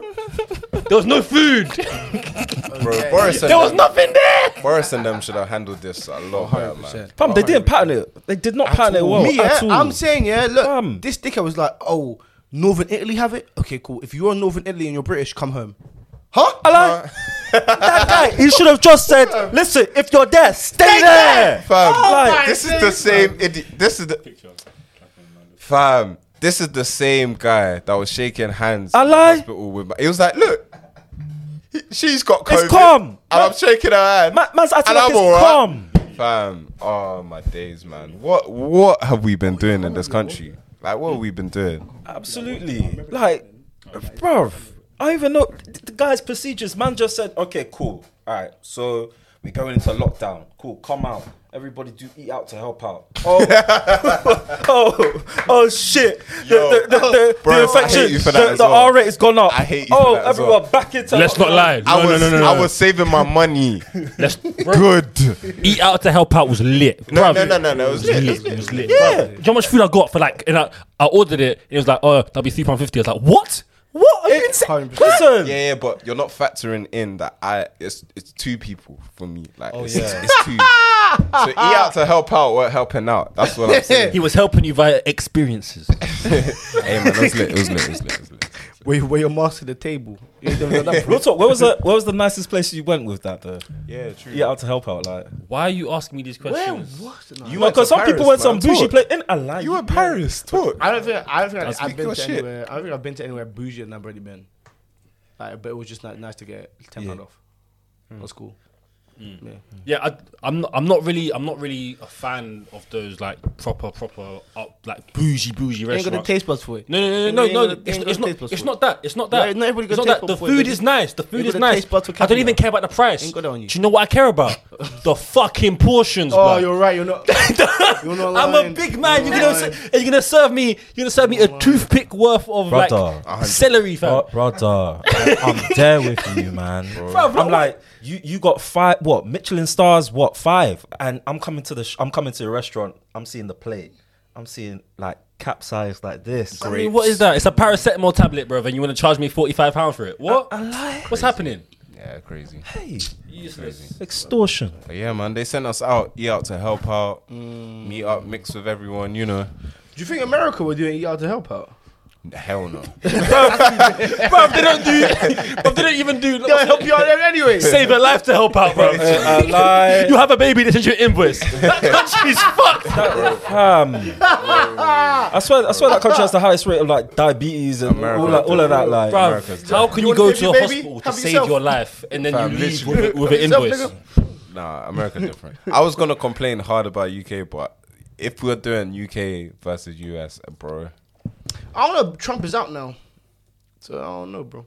Speaker 10: There was no food.
Speaker 5: Bro, Boris and
Speaker 10: There was
Speaker 5: them-
Speaker 10: nothing there.
Speaker 5: Boris and them should have handled this a lot better, man.
Speaker 7: Fam, they didn't pattern it. They did not pattern it well
Speaker 6: Me, yeah,
Speaker 7: at all.
Speaker 6: I'm saying, yeah, look,
Speaker 7: Fam.
Speaker 6: this dickhead was like, oh, Northern Italy have it? Okay, cool. If you're in Northern Italy and you're British, come home. Huh?
Speaker 7: Like, that guy, he should have just said, "Listen, if you're there, stay, there."
Speaker 5: Fam,
Speaker 7: Oh my
Speaker 5: this is the same idiot. This is the fam. This is the same guy that was shaking hands
Speaker 7: I
Speaker 5: in
Speaker 7: lie.
Speaker 5: the hospital with. My, he was like, "Look, he- she's got COVID.
Speaker 7: calm.
Speaker 5: and I'm shaking her hand.
Speaker 7: Ma- man's
Speaker 5: and
Speaker 7: acting like
Speaker 5: I'm
Speaker 7: it's
Speaker 5: all right."
Speaker 7: calm.
Speaker 5: Fam, oh my days, man. What what have we been doing in this country? Like, what have we been doing?
Speaker 7: Absolutely. Like, bruv, I even know th- the guy's procedures. Man just said, okay, cool. All right, so we're going into lockdown. Cool, come out. Everybody do eat out to help out. Oh, oh, oh shit. The,
Speaker 5: Yo.
Speaker 7: the, the, the,
Speaker 5: Bro, I
Speaker 7: the infection,
Speaker 5: hate you for that
Speaker 7: the,
Speaker 5: as
Speaker 7: the
Speaker 5: well.
Speaker 7: R rate has gone up.
Speaker 5: I hate you for
Speaker 7: Oh,
Speaker 5: that as
Speaker 7: everyone
Speaker 5: well.
Speaker 7: back into
Speaker 10: Let's not
Speaker 7: lockdown.
Speaker 10: lie. No,
Speaker 5: I was
Speaker 10: no, no, no.
Speaker 5: I
Speaker 10: no.
Speaker 5: was saving my money.
Speaker 10: Let's, bro,
Speaker 5: Good.
Speaker 10: eat out to help out was lit.
Speaker 5: No,
Speaker 10: Bruv,
Speaker 5: no, no, no, no, it was lit, it was
Speaker 10: It was lit. Yeah. Do you know how much food I got for like? And I, I ordered it. It was like, oh, that'll be three pound fifty. I was like, what?
Speaker 7: What? Are you insane?
Speaker 6: 100%.
Speaker 7: Listen.
Speaker 5: Yeah, yeah, but you're not factoring in that I it's it's two people for me. Like it's,
Speaker 7: yeah.
Speaker 5: it's, it's two. so eat out to help out, weren't helping out. That's what I'm saying.
Speaker 10: He was helping you via experiences.
Speaker 5: hey man, it was lit. It was lit. It was lit. It was lit.
Speaker 6: Where, where your mask at the table. You don't know that, bro.
Speaker 7: Real talk. Where was the where was the nicest place you went with that though?
Speaker 5: Yeah, true.
Speaker 7: Eat out to help out, like.
Speaker 10: Why are you asking me these
Speaker 6: Where
Speaker 10: questions?
Speaker 6: was it?
Speaker 5: You
Speaker 7: No,
Speaker 5: went
Speaker 7: because
Speaker 5: to
Speaker 7: some people
Speaker 5: Paris,
Speaker 7: went to some
Speaker 5: man.
Speaker 7: bougie
Speaker 5: Talk.
Speaker 7: place in Allah.
Speaker 5: You were in Paris. Talk.
Speaker 6: I don't think I don't think
Speaker 5: Now
Speaker 6: I,
Speaker 5: speak
Speaker 6: have been
Speaker 5: your
Speaker 6: to
Speaker 5: shit.
Speaker 6: anywhere. I don't think I've been to anywhere bougie and I've already been. Like, but it was just ni- nice to get ten pound
Speaker 7: Yeah.
Speaker 6: off. That's cool.
Speaker 5: Mm.
Speaker 6: Yeah.
Speaker 10: Yeah, I, I'm. Not, I'm not really. I'm not really a fan of those like proper, proper, up, like bougie, bougie
Speaker 6: Ain't got the
Speaker 10: restaurants.
Speaker 6: taste buds for it.
Speaker 10: no, no,
Speaker 6: Ain't
Speaker 10: no,
Speaker 6: got-
Speaker 10: no,
Speaker 6: ain't
Speaker 10: no, no.
Speaker 6: got the-
Speaker 10: It's,
Speaker 6: ain't got
Speaker 10: it's
Speaker 6: the
Speaker 10: not.
Speaker 6: taste buds
Speaker 10: It's
Speaker 6: for
Speaker 10: not that. It's not that.
Speaker 6: No, not everybody got
Speaker 10: it's not
Speaker 6: taste
Speaker 10: that. The
Speaker 6: buds for it,
Speaker 10: food
Speaker 6: they
Speaker 10: is
Speaker 6: do.
Speaker 10: nice. The
Speaker 6: Ain't
Speaker 10: food
Speaker 6: got
Speaker 10: is
Speaker 6: the
Speaker 10: nice.
Speaker 6: taste buds for
Speaker 10: I don't
Speaker 6: caviar.
Speaker 10: even care about the price.
Speaker 6: Ain't got that on you.
Speaker 10: Do you know what I care about? the fucking portions,
Speaker 6: Oh,
Speaker 10: bro.
Speaker 6: you're right. You're not. you're not
Speaker 10: I'm a
Speaker 6: lying.
Speaker 10: big man. You're
Speaker 6: You're
Speaker 10: gonna,
Speaker 6: lying.
Speaker 10: ser- and you're gonna serve me. You're gonna serve me a toothpick worth of
Speaker 7: Brother.
Speaker 10: like celery, fam.
Speaker 7: Bro- brother, I- I'm there with you, man. I'm like, you, you got five, what Michelin stars, what five? And I'm coming to the, sh- I'm coming to the restaurant. I'm seeing the plate. I'm seeing like capsized like this.
Speaker 10: I mean, what is that? It's a paracetamol tablet, bro. And you want to charge me forty five pound for it? What?
Speaker 6: Uh,
Speaker 7: I like.
Speaker 10: What's happening?
Speaker 5: Yeah, crazy.
Speaker 7: Hey,
Speaker 10: Useless.
Speaker 7: extortion.
Speaker 5: But yeah, man, they sent us out, eat out to help out, meet up, mix with everyone, you know.
Speaker 6: Mm. Do you think America were doing y'all to help out?
Speaker 5: Hell no.
Speaker 10: bro, they don't do. bro, they don't even do.
Speaker 6: They'll help you out there anyway.
Speaker 10: Save a life to help out, bro. You have a baby, they send you an invoice. That country's fucked.
Speaker 7: Um, I swear, I swear that country has the highest rate of like diabetes and all, that, all of that. Like,
Speaker 10: Bro,
Speaker 5: America's
Speaker 10: how can you,
Speaker 6: You
Speaker 10: go
Speaker 6: wanna
Speaker 10: to
Speaker 6: save
Speaker 10: a
Speaker 6: your baby?
Speaker 10: hospital to
Speaker 6: Have
Speaker 10: save
Speaker 6: yourself.
Speaker 10: your life and then
Speaker 5: Fam,
Speaker 10: you leave
Speaker 5: literally.
Speaker 10: with, with an
Speaker 6: yourself,
Speaker 10: invoice?
Speaker 6: nigga.
Speaker 5: Nah, America different. I was gonna complain hard about UK, but if we're doing UK versus US, bro.
Speaker 6: I don't know. Trump is out now, so I don't know, bro.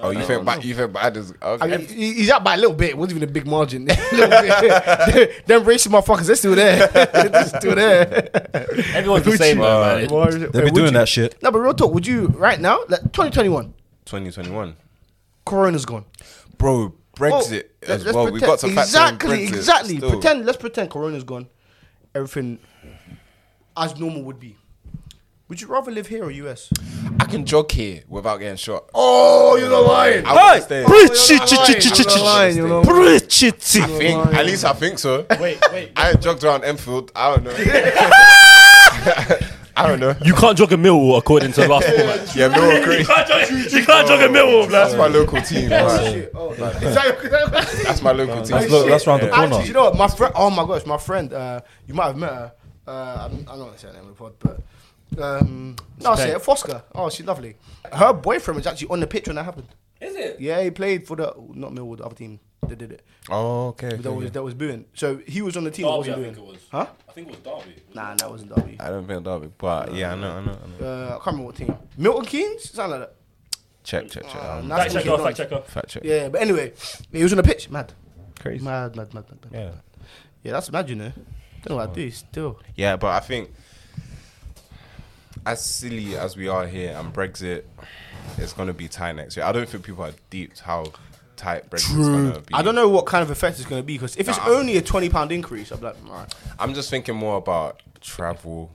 Speaker 5: Oh, you think bad? You think bad is
Speaker 6: I
Speaker 5: okay?
Speaker 6: mean, he- he's out by a little bit. It wasn't even a big margin. Little bit. Them racist motherfuckers, they're still there. they're still there.
Speaker 10: Everyone's the same, though,
Speaker 6: uh,
Speaker 10: man. It-
Speaker 7: they be doing that shit.
Speaker 6: No, but real talk. Would you right now? Like 2021,
Speaker 5: 2021,
Speaker 6: Corona's gone.
Speaker 5: bro. Brexit
Speaker 6: Oh,
Speaker 5: as
Speaker 6: let's
Speaker 5: well. We've got to
Speaker 6: pretend-
Speaker 5: factor
Speaker 6: exactly,
Speaker 5: in Brexit
Speaker 6: exactly.
Speaker 5: still.
Speaker 6: Pretend. Let's pretend Corona's gone. Everything as normal would be. Would you rather live here or US?
Speaker 5: I can jog here without getting shot.
Speaker 6: Oh, you're not lying.
Speaker 5: I wouldn't
Speaker 7: Hey,
Speaker 5: stay.
Speaker 6: Oh, lying, you're not
Speaker 5: I think, at least I think so.
Speaker 10: Wait, wait.
Speaker 5: I jogged around Enfield. I don't know. I don't know.
Speaker 10: You can't jog a Millwall according to last format.
Speaker 5: Yeah, Mill agree.
Speaker 10: You can't jog a Millwall, blood.
Speaker 5: That's my local team. man.
Speaker 6: Oh, Is that your-
Speaker 5: That's my local team.
Speaker 7: That's, lo- that's round the corner.
Speaker 6: Actually, you know what? My friend. Oh my gosh, my friend. Uh, you might have met her. Uh, I'm, I'm not gonna say her name in the pod, but um, no, I'll say it. Fosca. Oh, she's lovely. Her boyfriend was actually on the pitch when that happened.
Speaker 10: Is it?
Speaker 6: Yeah, he played for the not Millwall, the other team that did it.
Speaker 5: Oh, okay. okay,
Speaker 6: That was
Speaker 5: yeah.
Speaker 6: that was booing. So he was on the team. that
Speaker 10: Derby,
Speaker 6: wasn't
Speaker 10: I think it
Speaker 6: booing.
Speaker 10: was.
Speaker 6: Huh?
Speaker 10: I think it was Derby.
Speaker 6: Nah, that wasn't Derby.
Speaker 5: I don't think that'll be. But yeah, I know, I know, I know.
Speaker 6: Uh, I can't remember what team. Milton Keynes, something like
Speaker 5: Check, check, check.
Speaker 6: that.
Speaker 5: Um,
Speaker 6: Nah, that's
Speaker 10: Fact checker,
Speaker 6: what
Speaker 10: fact
Speaker 6: she done.
Speaker 10: checker.
Speaker 5: fact check.
Speaker 6: Ah, Yeah, but anyway, he was on the pitch. Mad,
Speaker 5: Crazy.
Speaker 6: mad, mad, mad, mad. mad.
Speaker 5: Yeah.
Speaker 6: yeah, that's mad. You know, don't know what I do still.
Speaker 5: Yeah, but I think as silly as we are here and Brexit, it's gonna be tight next year. I don't think people are deep how tight Brexit's gonna be.
Speaker 6: I don't know what kind of effect it's going to be because if it's
Speaker 5: Nah.
Speaker 6: only a twenty pound increase, I'm like, all right.
Speaker 5: I'm just thinking more about travel.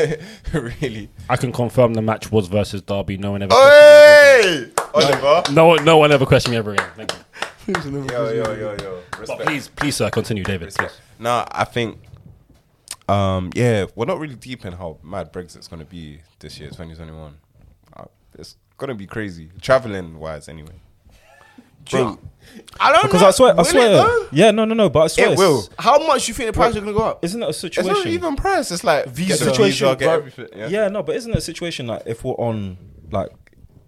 Speaker 5: really.
Speaker 10: I can confirm the match was versus Derby. No one ever.
Speaker 6: Oh,
Speaker 5: Hey, Oliver.
Speaker 10: No one, no one ever questioned me ever again. Thank you.
Speaker 5: Yo, yo, yo, yo.
Speaker 10: But
Speaker 5: Respect.
Speaker 10: please, please, sir, continue, David. Please.
Speaker 5: No, I think. Um, yeah, we're not really deep in how mad Brexit's gonna be this year, 2021. Uh, it's gonna be crazy, traveling wise, anyway. Bro,
Speaker 6: I don't
Speaker 7: Because
Speaker 6: know.
Speaker 7: I swear, I
Speaker 6: Will it
Speaker 7: swear.
Speaker 6: though?
Speaker 7: yeah, no, no, no. But I swear,
Speaker 5: it
Speaker 7: it's-
Speaker 5: will.
Speaker 6: How much you think the prices are going to go up?
Speaker 7: Isn't that a
Speaker 5: It's
Speaker 7: situation?
Speaker 5: not even price. It's like visa,
Speaker 7: the situation,
Speaker 5: visa, get
Speaker 7: bro.
Speaker 5: everything. Yeah.
Speaker 7: yeah. no, but isn't it a situation E like if we're on like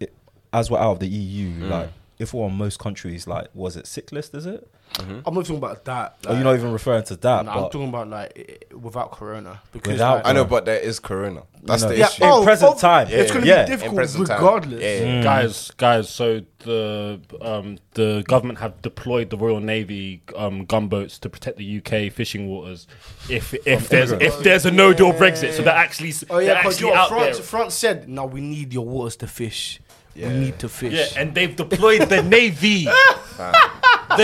Speaker 7: it, as we're out of the EU, like if we're on most countries, like was it sick list? Is it?
Speaker 6: I'm not talking about that.
Speaker 7: or
Speaker 6: like,
Speaker 7: you're not even referring to Oh, that.
Speaker 6: no,
Speaker 7: but
Speaker 6: I'm talking about like i- without Corona because
Speaker 7: Without
Speaker 6: like,
Speaker 5: I know, but there is Corona. That's
Speaker 7: No.
Speaker 5: the
Speaker 7: Yeah, oh,
Speaker 5: issue.
Speaker 7: in present time.
Speaker 6: oh, it's going to
Speaker 7: Yeah.
Speaker 6: be
Speaker 5: In
Speaker 6: difficult
Speaker 5: present time.
Speaker 6: regardless.
Speaker 5: Yeah, yeah.
Speaker 10: guys, guys. So the um, the government have deployed the Royal Navy um, gunboats to protect the UK fishing waters. If if there's if there's a no deal Brexit, so they're actually
Speaker 6: Oh
Speaker 10: they're
Speaker 6: yeah, because
Speaker 10: actually out
Speaker 6: France,
Speaker 10: there.
Speaker 6: France said, "No, we need your waters to fish.
Speaker 5: Yeah.
Speaker 6: We need to fish.
Speaker 10: Yeah, and they've deployed the navy. the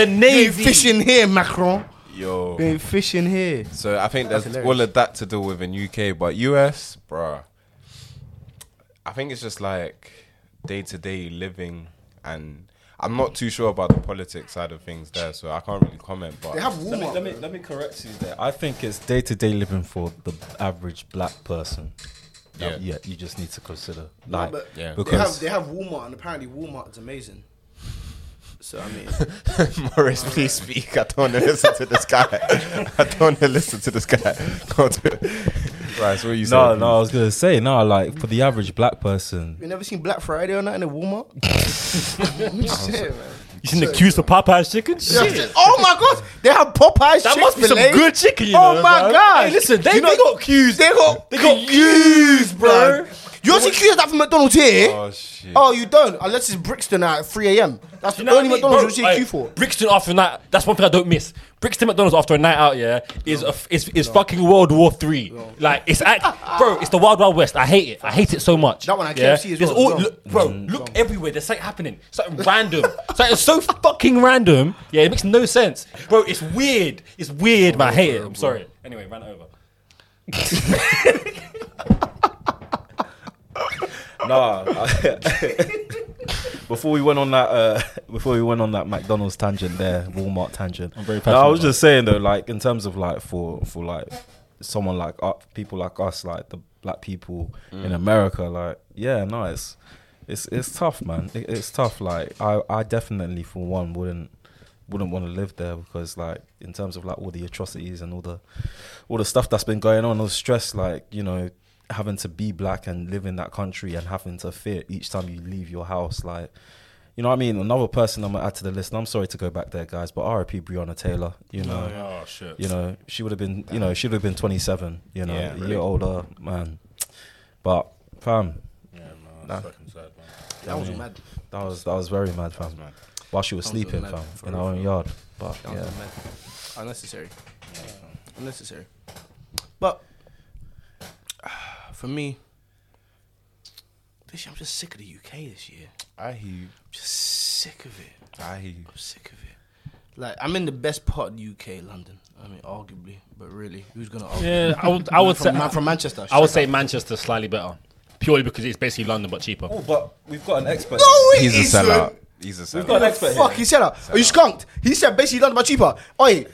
Speaker 6: you ain't
Speaker 10: navy.
Speaker 6: fishing here, Macron.
Speaker 5: Yo.
Speaker 6: You ain't fishing here.
Speaker 5: So I think there's
Speaker 6: hilarious.
Speaker 5: all of that to do with in UK, but US, bruh. I think it's just like day to day living, and I'm not too sure about the politics side of things there, so I can't really comment. But
Speaker 6: They have
Speaker 7: let me,
Speaker 6: Walmart.
Speaker 7: let me let me correct you there. I think it's day to day living for the average black person.
Speaker 5: Yeah.
Speaker 7: Yeah, yeah. You just need to consider like
Speaker 6: but
Speaker 5: Yeah.
Speaker 6: they have
Speaker 7: because
Speaker 6: they have Walmart, and apparently Walmart's amazing. So I mean,
Speaker 5: Morris, please speak. I don't want to listen to this guy. I don't want to listen to this guy. Go to right, so what you
Speaker 7: no,
Speaker 5: saying?
Speaker 7: no. I was gonna say no. Like for the average black person,
Speaker 6: you never seen Black Friday or nothing at Walmart? Shit, man.
Speaker 10: You seen the queues for Popeye's chicken? Shit.
Speaker 6: Oh my god, they have Popeyes.
Speaker 10: That must be some
Speaker 6: Chick-fil-A.
Speaker 10: good chicken, you
Speaker 6: oh
Speaker 10: know,
Speaker 6: my
Speaker 10: man.
Speaker 6: god!
Speaker 10: Hey, listen, they-
Speaker 6: You
Speaker 10: they got
Speaker 6: queues. They got they got queues, bro. You don't see queues that from McDonald's here.
Speaker 5: Oh shit.
Speaker 6: Oh, you don't. Unless it's Brixton at 3 a.m. That's
Speaker 10: You
Speaker 6: the
Speaker 10: know
Speaker 6: only
Speaker 10: what I mean?
Speaker 6: McDonald's
Speaker 10: Bro,
Speaker 6: you'll see
Speaker 10: like,
Speaker 6: a queue for.
Speaker 10: Brixton after a night. That's one thing I don't miss. Brixton McDonald's after a night out, yeah, is a f is, is fucking World War Three. Like it's act, bro, it's the Wild Wild West. I hate it. I hate it so much.
Speaker 6: That one at
Speaker 10: yeah?
Speaker 6: KFC as
Speaker 10: There's
Speaker 6: well,
Speaker 10: all,
Speaker 6: wrong.
Speaker 10: look, bro.
Speaker 6: Mm.
Speaker 10: Look everywhere. There's something happening. Something random. something so fucking random. Yeah, it makes no sense, bro. It's weird. It's weird, man. I hate it. I'm sorry. Anyway, ran over.
Speaker 7: nah. before we went on that, uh, before we went on that McDonald's tangent there, Walmart tangent. I'm
Speaker 10: very passionate
Speaker 7: I was
Speaker 10: about
Speaker 7: just saying though, like in terms of like for for like someone like uh, people like us, like the black people in America, like yeah, no, it's it's it's tough, man. It, it's tough. Like I I definitely for one wouldn't wouldn't want to live there because like in terms of like all the atrocities and all the all the stuff that's been going on, all the stress, like you know having to be black and live in that country and having to fear each time you leave your house, like. You know what I mean? Another person I'm gonna add to the list. And I'm sorry to go back there, guys, but R.I.P. Breonna Taylor. You know,
Speaker 10: Oh shit.
Speaker 7: you know, she would have been, you know, she would have been 27, you know,
Speaker 5: Yeah,
Speaker 7: a
Speaker 5: really.
Speaker 7: year older, man. But fam,
Speaker 6: That was mad.
Speaker 7: that was that was very mad, fam. While she was
Speaker 6: was
Speaker 7: sleeping,
Speaker 6: mad,
Speaker 7: fam,
Speaker 6: for
Speaker 7: in
Speaker 6: real,
Speaker 7: our own
Speaker 6: for
Speaker 7: yard. But
Speaker 6: That
Speaker 7: yeah,
Speaker 6: was mad. Unnecessary. Unnecessary. But for me, this year, I'm just sick of the UK this year.
Speaker 5: I hear you.
Speaker 6: I'm just sick of it.
Speaker 5: I hear you.
Speaker 6: I'm sick of it. Like I'm in the best part of the UK, London. I mean, arguably, but really, who's gonna argue?
Speaker 10: Yeah, I would. I would
Speaker 6: from,
Speaker 10: say.
Speaker 6: man from Manchester.
Speaker 10: I would
Speaker 6: shut
Speaker 10: say
Speaker 6: up.
Speaker 10: Manchester slightly better, purely because it's basically London but cheaper.
Speaker 7: Oh, but we've got an expert.
Speaker 6: No, it
Speaker 5: He's a
Speaker 6: isn't.
Speaker 5: sellout. He's a sellout.
Speaker 7: We've got an expert
Speaker 6: Fuck,
Speaker 7: here.
Speaker 6: he said that. Are you skunked? He said basically London by cheaper. Oi,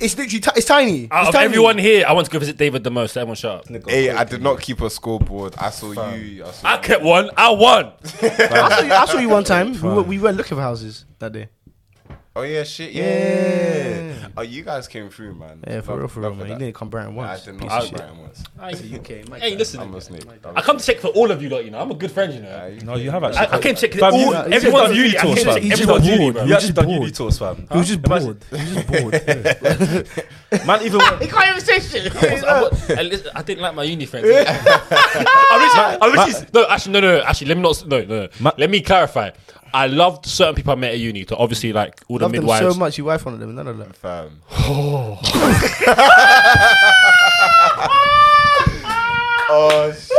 Speaker 6: it's literally ti it's tiny.
Speaker 10: Out
Speaker 6: it's
Speaker 10: of
Speaker 6: tiny.
Speaker 10: everyone here, I want to go visit David the most. so Everyone, shut up.
Speaker 5: Hey, I did not keep a scoreboard. I saw you. I saw
Speaker 10: I kept one. I won.
Speaker 6: I saw, you, I saw you one time. We were, we were looking for houses that day.
Speaker 5: Oh yeah, shit, yeah. Oh, you guys came through, man.
Speaker 6: Yeah, for
Speaker 5: Love-
Speaker 6: real, for
Speaker 5: love
Speaker 6: real, man. You
Speaker 5: that.
Speaker 6: didn't come Brighton
Speaker 5: I
Speaker 6: once.
Speaker 5: did
Speaker 6: Piece
Speaker 5: not
Speaker 6: of
Speaker 5: see
Speaker 6: shit.
Speaker 5: Brian once.
Speaker 6: UK, my
Speaker 10: hey,
Speaker 6: guy.
Speaker 10: listen.
Speaker 5: I'm a snake.
Speaker 10: I come to check for all of you, lot. You know, I'm a good friend. You know,
Speaker 7: No, you have actually.
Speaker 10: I, I came check
Speaker 7: Fam,
Speaker 10: all.
Speaker 7: you- you just
Speaker 10: everyone's
Speaker 7: done
Speaker 10: uni.
Speaker 7: uni
Speaker 10: I
Speaker 7: tours,
Speaker 10: came
Speaker 7: fam.
Speaker 10: check
Speaker 7: You just
Speaker 10: everyone's
Speaker 7: done
Speaker 10: uni,
Speaker 7: uni-
Speaker 10: bro.
Speaker 7: You actually done uni tours, fam.
Speaker 2: He was just
Speaker 7: Imagine-
Speaker 2: bored. He was just bored.
Speaker 7: Man, even when,
Speaker 6: can't even say shit.
Speaker 10: I, was- I was- I listen, I didn't like my uni friends. I wish, I wish it's- no, actually, no, no, no, actually, let me not, no, no,
Speaker 7: Ma-
Speaker 10: let me clarify. I loved certain people I met at uni, so obviously, like all the
Speaker 6: Love them
Speaker 10: midwives.
Speaker 6: so much. Your wife wanted them. None of them.
Speaker 5: Fam. Oh. shit.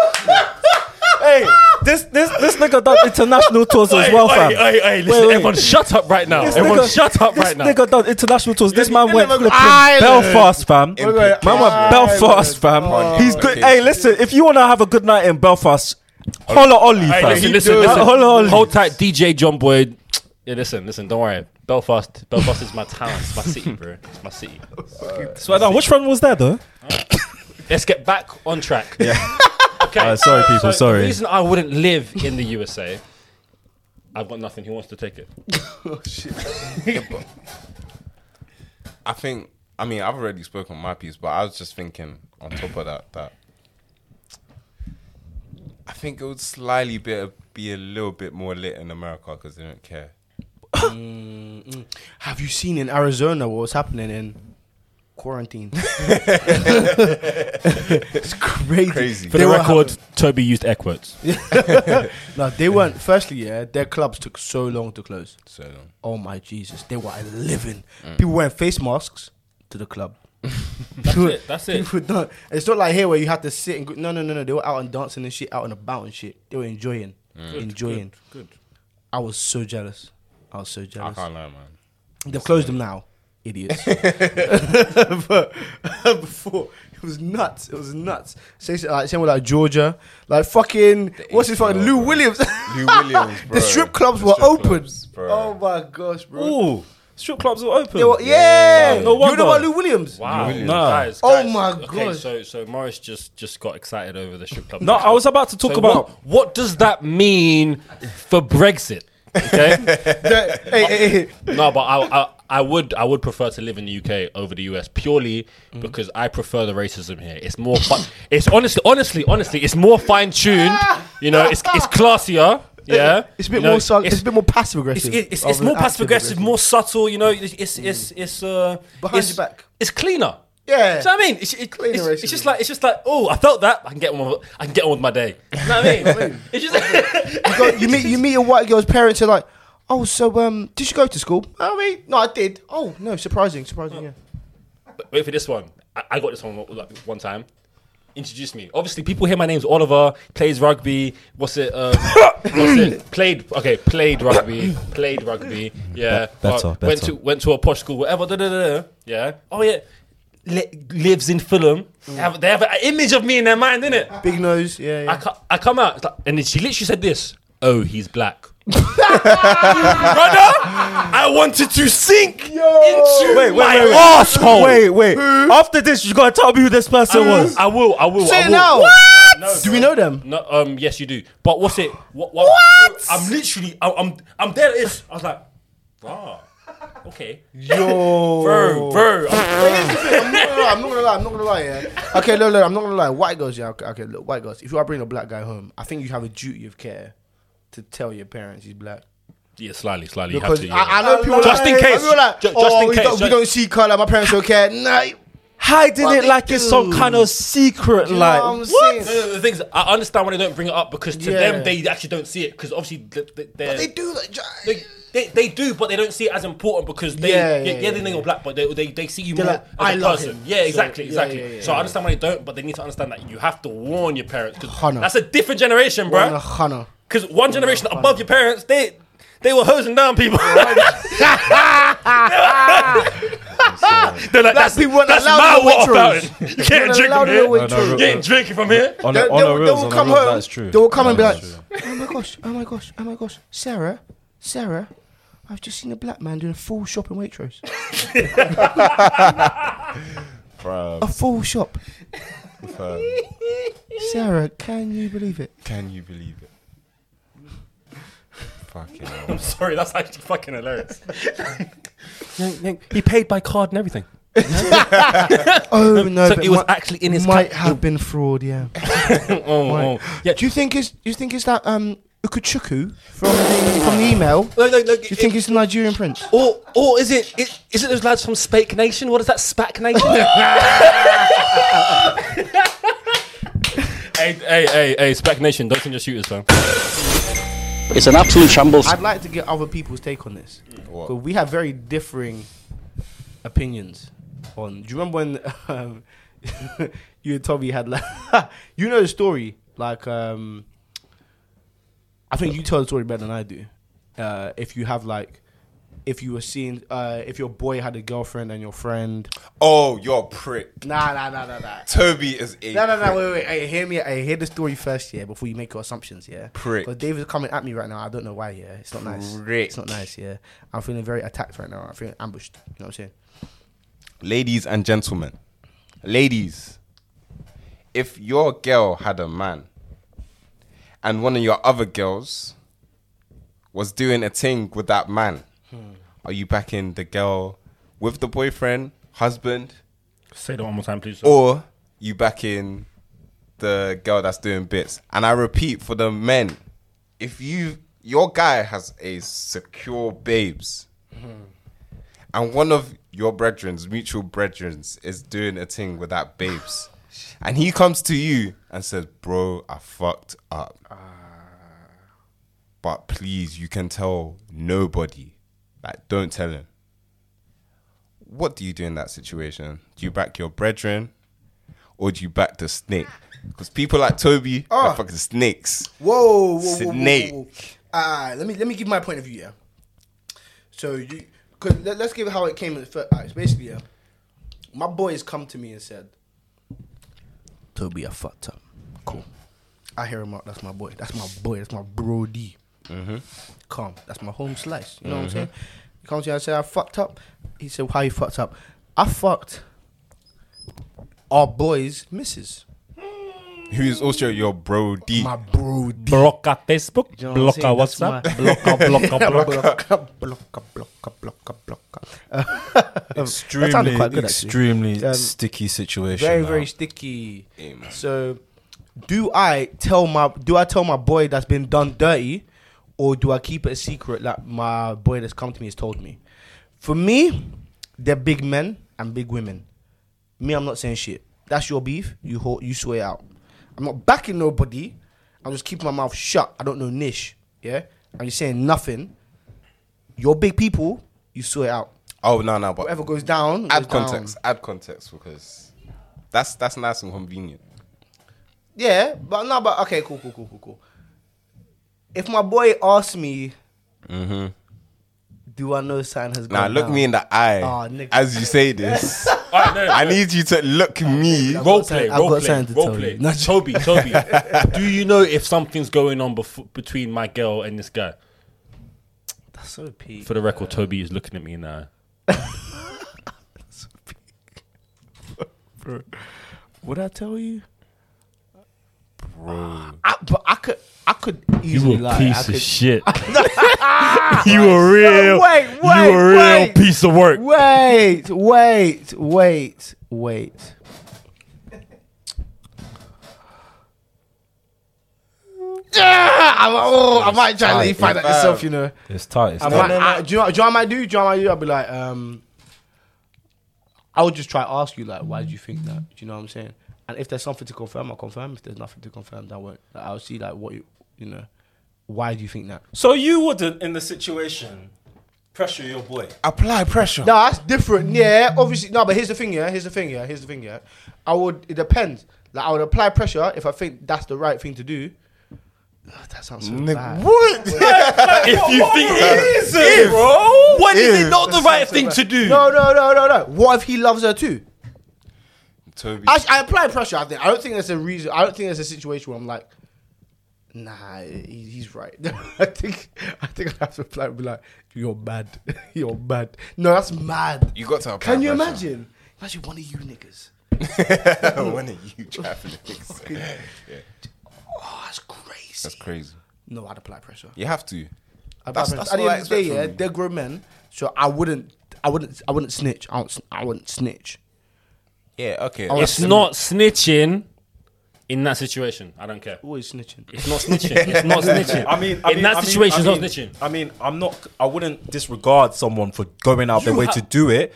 Speaker 7: hey, this this this nigga done international tours as
Speaker 10: Hey,
Speaker 7: well,
Speaker 10: hey,
Speaker 7: fam.
Speaker 10: hey, hey, listen,
Speaker 7: wait.
Speaker 10: everyone, shut up right now.
Speaker 7: This
Speaker 10: everyone,
Speaker 7: nigga-
Speaker 10: shut up
Speaker 7: this
Speaker 10: right now.
Speaker 7: nigga done international tours. This man went flipping
Speaker 6: Ireland.
Speaker 7: Belfast, fam. Man went
Speaker 5: Implication.
Speaker 7: Belfast, fam.
Speaker 5: Oh.
Speaker 7: He's good.
Speaker 5: Implication.
Speaker 7: Hey, listen, if you want to have a good night in Belfast, holla Ollie,
Speaker 10: Hey,
Speaker 7: fam.
Speaker 10: listen, listen,
Speaker 7: Holla
Speaker 10: listen.
Speaker 7: Ollie.
Speaker 10: Hold tight, DJ John Boyd. Yeah, listen, listen. Don't worry. Belfast, Belfast is my town. It's my city, bro. It's my city.
Speaker 7: Swear down, which one was that though?
Speaker 10: Let's get back on track. Yeah. Okay.
Speaker 7: Uh, sorry, people,
Speaker 10: So
Speaker 7: sorry.
Speaker 10: The reason I wouldn't live in the USA, I've got nothing. Who wants to take it?
Speaker 5: Oh, I think. I mean, I've already spoken my piece, but I was just thinking on top of that that I think it would slightly be a, be a little bit more lit in America because they don't care.
Speaker 6: Mm, mm. Have you seen in Arizona what was happening in quarantine? it's crazy.
Speaker 5: Crazy.
Speaker 10: For
Speaker 6: They
Speaker 10: the
Speaker 6: were
Speaker 10: record, Toby used air quotes.
Speaker 6: No, they weren't. Firstly, yeah, their clubs took so long to close.
Speaker 5: So long.
Speaker 6: Oh my Jesus, they were living. People wearing face masks to the club.
Speaker 10: Mm. That's it. That's it.
Speaker 6: People don't. It's not like here where you have to sit and go, no, no, no, no. They were out and dancing and shit, out and about and shit. They were enjoying,
Speaker 10: Mm.
Speaker 6: enjoying.
Speaker 10: Good.
Speaker 6: I was so jealous. I was so
Speaker 5: I
Speaker 6: jealous.
Speaker 5: can't lie, man.
Speaker 6: They've closed them now, idiots. but before it was nuts. It was nuts. Say so, like same with like Georgia, like fucking what's his fucking Lou Williams.
Speaker 5: Lou Williams, bro.
Speaker 6: the strip clubs
Speaker 5: The
Speaker 6: were
Speaker 5: strip
Speaker 6: open.
Speaker 5: clubs, bro.
Speaker 6: oh my gosh, bro.
Speaker 7: Ooh, strip clubs were open.
Speaker 6: They were- yeah,
Speaker 7: No
Speaker 6: you know
Speaker 7: wonder.
Speaker 6: about Lou Williams?
Speaker 10: Wow.
Speaker 5: Brilliant.
Speaker 7: Nah.
Speaker 10: Guys,
Speaker 6: Oh
Speaker 10: guys.
Speaker 6: my
Speaker 10: Okay,
Speaker 6: God.
Speaker 10: so so Morris just just got excited over the strip club.
Speaker 7: No, I was about to talk
Speaker 10: So
Speaker 7: about.
Speaker 10: what, what does that mean for Brexit? Okay.
Speaker 6: The- hey, hey, hey.
Speaker 10: no, but I, I I would I would prefer to live in the UK over the US purely
Speaker 6: Mm-hmm.
Speaker 10: because I prefer the racism here. It's more fun. it's honestly honestly honestly it's more fine tuned. You know, it's it's classier. Yeah,
Speaker 6: Ah! It's a bit
Speaker 10: You know,
Speaker 6: more. Sar- it's,
Speaker 10: it's-
Speaker 6: a bit more passive
Speaker 10: it's,
Speaker 6: aggressive. Oh,
Speaker 10: it's, it's, it's more passive aggressive, more subtle. You know, it's it's it's, it's uh
Speaker 6: Mm. Behind
Speaker 10: it's,
Speaker 6: your back.
Speaker 10: It's cleaner.
Speaker 6: Yeah.
Speaker 10: Do you know what I mean? It's, it,
Speaker 6: Cleaner
Speaker 10: it's, it's just
Speaker 6: racism.
Speaker 10: like it's just like oh, I felt that I can get on. With, I can get on with my day. You know what I mean? it's just
Speaker 6: You, go- you meet you meet a white girl's parents. Are like, oh, so um, did you go to school? I mean, no, I did. Oh no, surprising, surprising. Yeah.
Speaker 10: wait for this one. I, I got this one like, one time. Introduced me. Obviously, people hear my name's Oliver. Plays rugby. What's it? Um, what's it? Played. Okay, played rugby. Played rugby. Yeah.
Speaker 7: better,
Speaker 10: Uh, Went
Speaker 7: better.
Speaker 10: to went to a posh school. Whatever. Da, da, da, da. Yeah. Oh yeah. Li- lives in Fulham. They have, they have an image of me in their mind, innit?
Speaker 6: Big nose. Yeah.
Speaker 10: I,
Speaker 6: yeah.
Speaker 10: co- I come out, it's like- and then she literally said this Oh, he's black. Brother, I wanted to sink into
Speaker 7: Wait, wait,
Speaker 10: my
Speaker 7: wait, wait.
Speaker 10: asshole.
Speaker 7: Wait, wait.
Speaker 6: Hmm?
Speaker 7: After this, you gotta tell me who this person was.
Speaker 10: I will, I will.
Speaker 6: Say
Speaker 10: I
Speaker 6: it
Speaker 10: will.
Speaker 6: now. Do we know them?
Speaker 10: No, um, yes, you do. But what's it? What? What? I'm literally, I, I'm, I'm there. It is. I was like, ah, okay,
Speaker 6: Yo.
Speaker 10: bro, bro. I'm-
Speaker 6: I'm not gonna lie. I'm not gonna lie. I'm not gonna lie. Yeah. Okay, look, look. I'm not gonna lie. White girls. Yeah. Okay, okay, look. White girls. If you are bringing a black guy home, I think you have a duty of care to tell your parents he's black.
Speaker 10: Yeah, slightly, slightly. You have
Speaker 6: Because
Speaker 10: to.
Speaker 6: I, I
Speaker 10: Yeah.
Speaker 6: know people
Speaker 10: Just
Speaker 6: like-
Speaker 10: in case.
Speaker 6: people like,
Speaker 10: Ju- just
Speaker 6: oh,
Speaker 10: in
Speaker 6: we
Speaker 10: case,
Speaker 6: Don't, we
Speaker 10: just-
Speaker 6: don't see color. My parents don't care. Nah. you-
Speaker 7: Hiding
Speaker 6: What
Speaker 7: it
Speaker 6: they
Speaker 7: like it's some
Speaker 6: do?
Speaker 7: kind of secret,
Speaker 6: You know
Speaker 7: like
Speaker 6: what I'm
Speaker 10: No,
Speaker 6: saying?
Speaker 10: no, no, the thing is, I understand why they don't bring it up because to
Speaker 6: Yeah.
Speaker 10: them they actually don't see it because obviously th- th- they're.
Speaker 6: They do that.
Speaker 10: they, they, they do, but they don't see it as important because they
Speaker 6: Yeah,
Speaker 10: yeah,
Speaker 6: yeah,
Speaker 10: yeah,
Speaker 6: yeah,
Speaker 10: they think
Speaker 6: yeah.
Speaker 10: you're black, but they, they, they see you
Speaker 6: They're
Speaker 10: more
Speaker 6: like,
Speaker 10: as a
Speaker 6: "I love
Speaker 10: person.
Speaker 6: him."
Speaker 10: Yeah,
Speaker 6: So,
Speaker 10: exactly,
Speaker 6: yeah,
Speaker 10: exactly.
Speaker 6: yeah, yeah,
Speaker 10: so I understand why they don't, but they need to understand that you have to warn your parents. 'cause
Speaker 6: Hannah.
Speaker 10: that's a different generation, bro.
Speaker 6: Hannah.
Speaker 10: Because one generation above your parents, they they were hosing down people. They're like, that's,
Speaker 6: people weren't
Speaker 10: that's
Speaker 6: allowed
Speaker 10: my
Speaker 6: in the
Speaker 10: water
Speaker 6: waitrooms.
Speaker 10: fountain. You can't
Speaker 6: weren't
Speaker 10: drink
Speaker 6: allowed
Speaker 10: from
Speaker 6: in the
Speaker 10: here.
Speaker 6: waitrooms.
Speaker 7: No, no,
Speaker 10: You ain't drinking from here.
Speaker 7: on,
Speaker 6: They,
Speaker 7: a, on
Speaker 6: they
Speaker 7: a
Speaker 6: will- they
Speaker 7: reels,
Speaker 6: will
Speaker 7: on a
Speaker 6: come
Speaker 7: reels,
Speaker 6: home.
Speaker 7: that's true.
Speaker 6: They will come and be
Speaker 7: That
Speaker 6: like,
Speaker 7: is true.
Speaker 6: "Oh my gosh! Oh my gosh! Oh my gosh! Sarah, Sarah, I've just seen a black man doing a full shop in Waitrose.
Speaker 5: Bro,
Speaker 6: A full shop.
Speaker 5: fam.
Speaker 6: Sarah, can you believe it?
Speaker 5: Can you believe it? Fucking hell.
Speaker 10: I'm sorry, that's actually fucking hilarious.
Speaker 7: he paid by card and everything.
Speaker 6: Oh no!
Speaker 10: so
Speaker 6: but
Speaker 10: it was
Speaker 6: mi-
Speaker 10: actually in his
Speaker 6: might
Speaker 10: ca-
Speaker 6: have been fraud. Yeah.
Speaker 10: Oh,
Speaker 6: Right.
Speaker 10: oh. Yeah,
Speaker 6: Do you think it's? Do you think it's that um Ukuchuku from the, from the email? Do
Speaker 10: Look, look, look,
Speaker 6: you think it's the Nigerian prince?
Speaker 10: Or, or is it, it? Is it those lads from Spake Nation? What is that Spack Nation? hey, hey, hey, hey! Spack Nation, don't send your shooters, fam.
Speaker 4: It's an absolute shambles.
Speaker 6: I'd like to get other people's take on this.
Speaker 5: What?
Speaker 6: But we have very differing opinions on. Do you remember when um, you and Tommy had like you know the story? Like um, I think you tell the story better than I do. Uh, if you have like, if you were seeing, uh, if your boy had a girlfriend and your friend,
Speaker 5: Oh, you're a prick.
Speaker 6: nah, nah, nah, nah, nah.
Speaker 5: Toby is a
Speaker 6: No, no,
Speaker 5: prick.
Speaker 6: no, wait, wait. Hey, hear me. Hey, hear the story first, yeah, before you make your assumptions, yeah.
Speaker 5: Prick.
Speaker 6: But David's coming at me right now. I don't know why, yeah. It's not nice.
Speaker 5: Prick.
Speaker 6: It's not nice, yeah. I'm feeling very attacked right now. I'm feeling ambushed. You know what I'm saying?
Speaker 5: Ladies and gentlemen, ladies, if your girl had a man and one of your other girls was doing a thing with that man, are you backing the girl with the boyfriend, husband,
Speaker 10: Say that one more time, please.
Speaker 5: or you backing the girl that's doing bits? And I repeat for the men, if you your guy has a secure babes, and one of your brethren's mutual brethren's is doing a thing with that babes, and he comes to you and says, "Bro, I fucked up." But please, you can tell nobody. Like, don't tell him. What do you do in that situation? Do you back your brethren or do you back the snake? Because people like Toby are fucking snakes.
Speaker 6: Whoa, whoa, whoa,
Speaker 5: Snake.
Speaker 6: whoa, whoa, whoa. Uh, let me let me give my point of view. Yeah. So you, cause let, us give it how it came. In the first, alright, so basically, yeah, my boys come to me and said, "Toby, I fucked up." Cool. I hear him out. That's my boy. That's my boy. That's my brody. Mm-hmm. Come, that's my home slice. You know what I'm saying? He comes here and said, "I fucked up." He said, "How you fucked up?" I fucked our boys' missus.
Speaker 5: Who is also your bro D.
Speaker 6: My brody.
Speaker 10: Block our Facebook,
Speaker 6: Do you know
Speaker 10: block
Speaker 6: what I'm
Speaker 10: our
Speaker 6: saying?
Speaker 10: WhatsApp,
Speaker 6: That's
Speaker 10: block our block our block.
Speaker 6: blocka, blocka, blocka, blocka, blocka.
Speaker 7: Extremely,
Speaker 6: quite good, actually.
Speaker 7: extremely
Speaker 6: Um,
Speaker 7: sticky situation.
Speaker 6: very,
Speaker 7: now.
Speaker 6: very sticky.
Speaker 5: Yeah, man.
Speaker 6: So, do I tell my do I tell my boy that's been done dirty, or do I keep it a secret that my boy that's come to me has told me? For me, they're big men and big women. Me, I'm not saying shit. That's your beef. You ho- you swear out. I'm not backing nobody. I'm just keeping my mouth shut. I don't know niche. Yeah, I'm just saying nothing. You're big people. You swear out.
Speaker 5: Oh, no, no, but
Speaker 6: Whatever goes down.
Speaker 5: add
Speaker 6: goes down.
Speaker 5: context. Add context because that's that's nice and convenient.
Speaker 6: Oh, Yeah, but no, but okay, cool, cool, cool, cool, cool. If my boy asks me, do I know something has gone
Speaker 5: Now, Mm-hmm. look
Speaker 6: down?
Speaker 5: me in the eye
Speaker 6: Aw, Ah, nigga.
Speaker 5: as you say this.
Speaker 10: Alright, no, no,
Speaker 5: I
Speaker 10: no.
Speaker 5: need you to look me.
Speaker 6: got
Speaker 10: Role play,
Speaker 6: something- I've
Speaker 10: role
Speaker 6: got
Speaker 10: play,
Speaker 6: something to
Speaker 10: role
Speaker 6: tell
Speaker 10: play.
Speaker 6: you. No,
Speaker 10: Toby, Toby, do you know if something's going on befo- between my girl and this guy?
Speaker 6: That's so peak.
Speaker 10: For the record, Toby is looking at me now.
Speaker 6: Would I tell you? Bro. I, but I could, I could
Speaker 10: You
Speaker 6: easily
Speaker 10: a
Speaker 6: lie. I
Speaker 10: piece
Speaker 6: could,
Speaker 10: of shit. you a real,
Speaker 6: wait, wait,
Speaker 10: you a real
Speaker 6: wait.
Speaker 10: piece of work.
Speaker 6: Wait, wait, wait, wait. Yeah, I'm, oh, I might try to
Speaker 7: tight,
Speaker 6: leave find out myself, you know.
Speaker 7: It's tight. It's
Speaker 6: I
Speaker 7: tight.
Speaker 6: might, I, do, you know, do you know what I might do? Do you know what I might do? I'll be like, um, I would just try to ask you, like, why did you think that? Do you know what I'm saying? And if there's something to confirm, I'll confirm. If there's nothing to confirm, that won't. Like, I'll see, like, what you, you know, why do you think that?
Speaker 7: So you wouldn't, in the situation, pressure your boy.
Speaker 5: Apply pressure.
Speaker 6: No, that's different. Yeah, obviously. No, but here's the thing. Yeah, here's the thing. Yeah, here's the thing. Yeah, I would. It depends. Like I would apply pressure if I think that's the right thing to do. Ugh, That sounds so bad.
Speaker 10: If you think it is, bro, what is it not the right thing to do?
Speaker 6: No, no, no, no, no. What if he loves her too?
Speaker 5: Toby.
Speaker 6: I, I apply pressure. I think. I don't think there's a reason. I don't think there's a situation where I'm like, nah, he, he's right. I think. I think I have to apply. Be like, you're mad. you're mad. No, that's mad.
Speaker 5: you got to apply
Speaker 6: Can you
Speaker 5: pressure.
Speaker 6: imagine? Imagine one of you niggas.
Speaker 5: when are you traveling?
Speaker 6: Oh, that's crazy.
Speaker 5: That's crazy.
Speaker 6: no, I'd apply pressure.
Speaker 5: You have to.
Speaker 6: At
Speaker 5: That's-
Speaker 6: the
Speaker 5: that's
Speaker 6: end
Speaker 5: what I
Speaker 6: of the
Speaker 5: expect
Speaker 6: day, yeah,
Speaker 5: from you.
Speaker 6: they're grown men, so I wouldn't, I wouldn't, I wouldn't snitch. I wouldn't, I wouldn't snitch.
Speaker 5: Yeah, okay.
Speaker 6: I wouldn't
Speaker 10: It's
Speaker 6: snitch.
Speaker 10: not snitching in that situation. I don't care.
Speaker 6: always snitching.
Speaker 10: It's not snitching. It's not snitching.
Speaker 7: I mean, I
Speaker 10: in
Speaker 7: mean,
Speaker 10: that
Speaker 7: I mean,
Speaker 10: situation,
Speaker 7: I mean,
Speaker 10: it's not snitching.
Speaker 7: I mean, I'm not. I wouldn't disregard someone for going out their
Speaker 10: You
Speaker 7: way
Speaker 10: ha-
Speaker 7: to do it,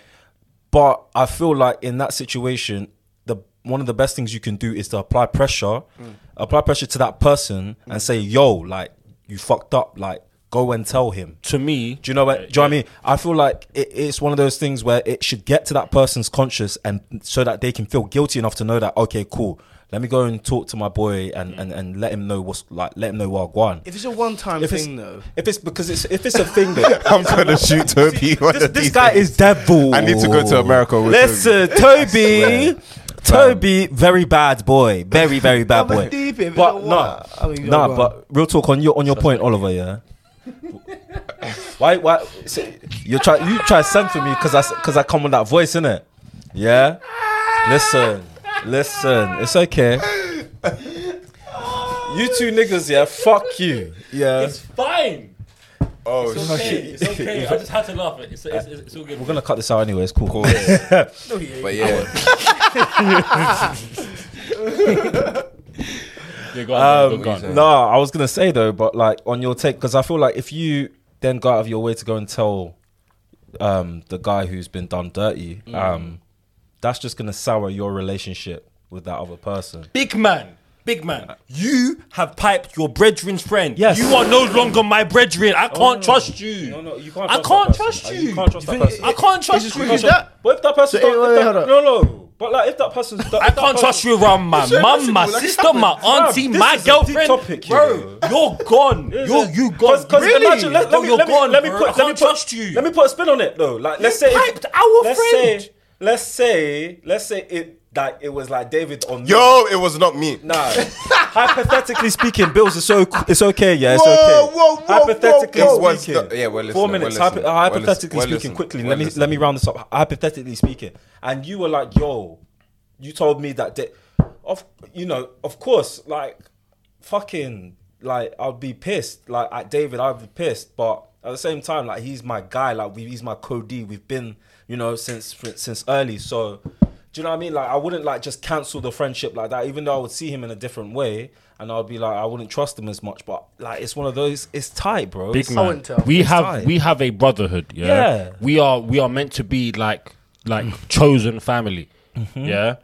Speaker 7: but I feel like in that situation, the one of the best things you can do is to apply pressure,
Speaker 10: Mm.
Speaker 7: apply pressure to that person, and say, "Yo, like you fucked up. Like go and tell him."
Speaker 10: To me,
Speaker 7: Do you know what? do you know what I mean? I feel like it, it's one of those things where it should get to that person's conscious, and so that they can feel guilty enough to know that okay, cool. Let me go and talk to my boy and,
Speaker 10: Mm.
Speaker 7: and, and let him know what's like. Let him know what I want.
Speaker 6: If it's a one-time
Speaker 7: If it's-
Speaker 6: thing, though,
Speaker 7: If it's because it's if it's a thing that
Speaker 5: I'm going to shoot Toby. one
Speaker 7: this,
Speaker 5: of
Speaker 7: this
Speaker 5: these
Speaker 7: guy
Speaker 5: days.
Speaker 7: is devil.
Speaker 5: I need to go to America with
Speaker 7: Listen, Toby. Toby, very bad boy, very very bad
Speaker 6: But
Speaker 7: boy.
Speaker 6: deep if
Speaker 7: But
Speaker 6: it's a
Speaker 7: no,
Speaker 6: wa- I mean,
Speaker 7: nah.
Speaker 6: go on.
Speaker 7: But real talk on your on your point, Oliver. Yeah. why why so you try you try to send for me because I because I come with that voice in it. Yeah. Listen, listen. It's okay. You two niggas, yeah. Fuck you. Yeah.
Speaker 10: it's fine.
Speaker 5: Oh,
Speaker 10: It's okay. It's okay. I just had to laugh. It's, it's, it's, it's all good.
Speaker 7: We're gonna cut this out anyway. It's cool.
Speaker 5: But yeah,
Speaker 10: Yeah, go on,
Speaker 7: Um,
Speaker 10: go on.
Speaker 7: No, I was gonna say though, but like on your take, because I feel like if you then go out of your way to go and tell um, the guy who's been done dirty, um, that's just gonna sour your relationship with that other person.
Speaker 10: Big man, big man, you have piped your brethren's friend.
Speaker 7: Yes.
Speaker 10: You are no longer my brethren. I can't trust you.
Speaker 7: No, no, you can't
Speaker 10: I
Speaker 7: trust that
Speaker 10: can't
Speaker 7: person.
Speaker 10: trust
Speaker 7: Uh,
Speaker 10: you.
Speaker 7: you can't trust that
Speaker 10: You
Speaker 7: person.
Speaker 10: I can't trust
Speaker 3: just
Speaker 10: you.
Speaker 3: really that-
Speaker 7: But if that person,
Speaker 3: So,
Speaker 7: don't-
Speaker 3: wait,
Speaker 7: if
Speaker 3: wait,
Speaker 7: that-
Speaker 3: hold
Speaker 7: no, no. But like, if that person's,
Speaker 10: I can't trust you around my mum, my sister, my auntie,
Speaker 7: Bruv, this
Speaker 10: my
Speaker 7: is a deep
Speaker 10: girlfriend.
Speaker 7: topic, you
Speaker 10: bro, you're gone. You're you gone. really?
Speaker 7: Imagine, let, let
Speaker 10: Bro,
Speaker 7: me,
Speaker 10: you're
Speaker 7: let me,
Speaker 10: gone.
Speaker 7: let me
Speaker 10: bro.
Speaker 7: put,
Speaker 10: I
Speaker 7: let me
Speaker 10: can't
Speaker 7: put,
Speaker 10: trust you.
Speaker 7: Let me put a spin on it though. Like, let's say,
Speaker 10: piped our
Speaker 7: let's
Speaker 10: friend.
Speaker 7: say, let's say, let's say it like it was like David on me.
Speaker 5: Yo, it was not me.
Speaker 7: Nah. Hypothetically speaking, Bills is so it's okay. Yeah, it's
Speaker 5: Whoa,
Speaker 7: okay.
Speaker 5: whoa, whoa,
Speaker 7: Hypothetically
Speaker 5: whoa, whoa.
Speaker 7: speaking,
Speaker 5: It was the- yeah, well, listen,
Speaker 7: four
Speaker 5: well,
Speaker 7: minutes.
Speaker 5: listen,
Speaker 7: hypo- uh,
Speaker 5: well,
Speaker 7: hypothetically
Speaker 5: listen, well,
Speaker 7: speaking,
Speaker 5: listen,
Speaker 7: quickly.
Speaker 5: well,
Speaker 7: let me
Speaker 5: listen.
Speaker 7: let me round this up. Hypothetically speaking, and you were like, "Yo, you told me that day." Of you know, of course, like fucking, like I'd be pissed. Like at David, I'd be pissed, but at the same time, like he's my guy. Like we, he's my code D. We've been, you know, since since early. So. Do you know what I mean? Like I wouldn't like just cancel the friendship like that, even though I would see him in a different way, and I'd be like, I wouldn't trust him as much. But like, it's one of those. It's tight, bro.
Speaker 10: big
Speaker 7: It's-
Speaker 10: man.
Speaker 3: wouldn't tell.
Speaker 10: We have
Speaker 7: tight.
Speaker 10: we have a brotherhood. Yeah?
Speaker 7: Yeah.
Speaker 10: we are we are meant to be like like chosen family.
Speaker 7: Mm-hmm.
Speaker 10: Yeah,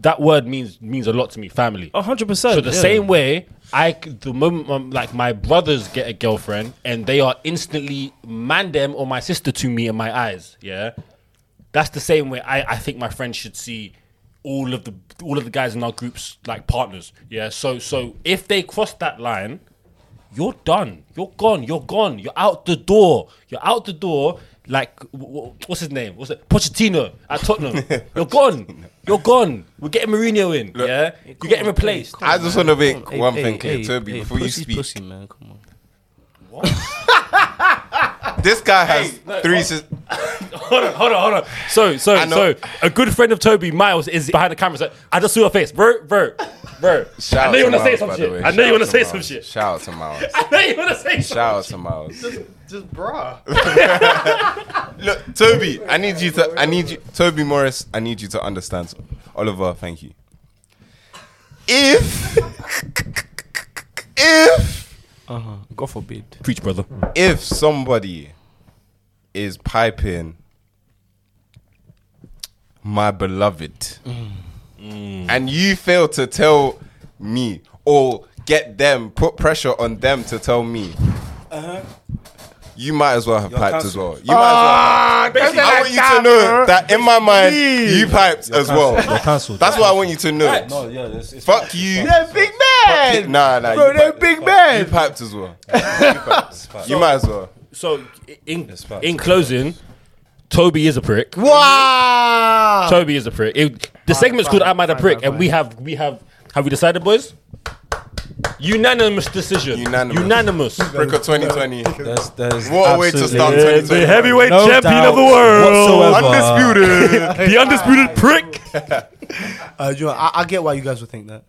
Speaker 10: that word means means a lot to me. Family.
Speaker 7: A hundred percent.
Speaker 10: So the
Speaker 7: yeah.
Speaker 10: same way, I c- the moment um, like my brothers get a girlfriend and they are instantly man them or my sister to me in my eyes. Yeah, that's the same way. I I think my friends should see all of the all of the guys in our groups like partners. Yeah. So so if they cross that line, you're done. You're gone. You're gone. You're out the door. You're out the door. Like w- w- what's his name? What's it? Pochettino at Tottenham. You're gone. You're gone. We're getting Mourinho in. yeah, you're getting replaced.
Speaker 5: I just want to make
Speaker 6: Hey,
Speaker 5: one
Speaker 6: hey,
Speaker 5: thing clear,
Speaker 6: hey,
Speaker 5: Toby,
Speaker 6: hey,
Speaker 5: before you
Speaker 6: pussy,
Speaker 5: speak.
Speaker 6: pussy, man, come on.
Speaker 5: This guy has
Speaker 6: oh.
Speaker 5: three. Sis-
Speaker 10: hold on, hold on, hold on. So, so,
Speaker 5: I know.
Speaker 10: so, a good friend of Toby, Miles, is behind the camera. So I just saw her face, bro, bro, bro.
Speaker 5: Shout
Speaker 10: I know you
Speaker 5: out
Speaker 10: want to
Speaker 5: to Miles,
Speaker 10: say some
Speaker 5: by the
Speaker 10: shit.
Speaker 5: way.
Speaker 10: I know
Speaker 5: Shout
Speaker 10: you want
Speaker 5: out
Speaker 10: to say
Speaker 5: Miles.
Speaker 10: some shit.
Speaker 5: Shout out to Miles.
Speaker 10: I know you want to say some.
Speaker 5: Shout out to Miles.
Speaker 3: Just bra.
Speaker 5: Look, Toby, I need you to. I need you, Toby Morris. I need you to understand. something. Oliver, thank you. If, if, Uh-huh.
Speaker 6: God forbid.
Speaker 10: Preach, brother.
Speaker 5: if somebody is piping my beloved, and you fail to tell me or get them, put pressure on them to tell me. You might as well have piped as well. You might as well.
Speaker 3: Basically,
Speaker 5: I want you to know that in my mind, you piped as well.
Speaker 7: You're cancelled.
Speaker 5: That's what I want you to know.
Speaker 7: No, yeah, it's, it's
Speaker 5: Fuck you.
Speaker 3: They're big men.
Speaker 5: Nah, nah.
Speaker 3: Bro,
Speaker 5: you
Speaker 3: they're
Speaker 5: piped-
Speaker 3: big
Speaker 5: You
Speaker 3: men.
Speaker 5: piped as well. You, piped. You might as well.
Speaker 10: So, i- in
Speaker 7: facts,
Speaker 10: in closing, Toby is a prick.
Speaker 3: Wow.
Speaker 10: Toby is a prick. It- the segment's called "Am I the
Speaker 6: fine,
Speaker 10: Prick?"
Speaker 6: fine,
Speaker 10: and we have we have have we decided, boys? Unanimous decision.
Speaker 5: Unanimous.
Speaker 10: Unanimous.
Speaker 5: Brick of 2020.
Speaker 7: There's, there's
Speaker 5: What a way to start
Speaker 7: absolutely
Speaker 5: 2020.
Speaker 2: heavyweight
Speaker 7: no doubt whatsoever.
Speaker 5: Undisputed.
Speaker 2: the undisputed prick.
Speaker 6: Uh, you know, I, I get why you guys would think that.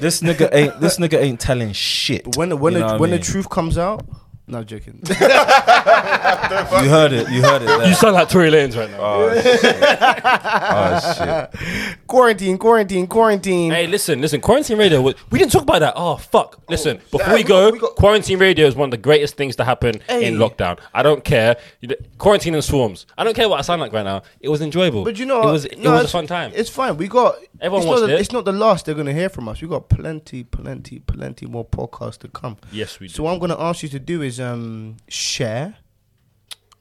Speaker 7: This nigga ain't this nigga ain't telling shit.
Speaker 6: When the, when
Speaker 7: You know
Speaker 6: the,
Speaker 7: what
Speaker 6: when
Speaker 7: I
Speaker 6: the
Speaker 7: mean?
Speaker 6: truth comes out, no joking.
Speaker 7: you heard it, you heard it.
Speaker 10: You
Speaker 7: There.
Speaker 10: sound like Tory Lanez right now.
Speaker 5: Oh, shit.
Speaker 6: quarantine, quarantine, quarantine.
Speaker 10: Hey, listen, listen. Quarantine radio. Was, we didn't talk about that. Oh fuck! Listen, before
Speaker 3: yeah,
Speaker 10: we
Speaker 3: we
Speaker 10: go,
Speaker 3: got- we got-
Speaker 10: quarantine radio is one of the greatest things to happen
Speaker 6: Hey.
Speaker 10: in lockdown. I don't care. You d- Quarantine and swarms. I don't care what I sound like right now. It was enjoyable.
Speaker 6: But you know,
Speaker 10: it
Speaker 6: what?
Speaker 10: was it
Speaker 6: No,
Speaker 10: was a
Speaker 6: it's-
Speaker 10: fun time.
Speaker 6: It's fine. We got
Speaker 10: Everyone
Speaker 6: it's
Speaker 10: wants
Speaker 6: not the,
Speaker 10: it.
Speaker 6: It's not the last they're gonna hear from us. We got plenty, plenty, plenty more podcasts to come.
Speaker 10: Yes, we
Speaker 6: So what I'm gonna ask you to do is um share,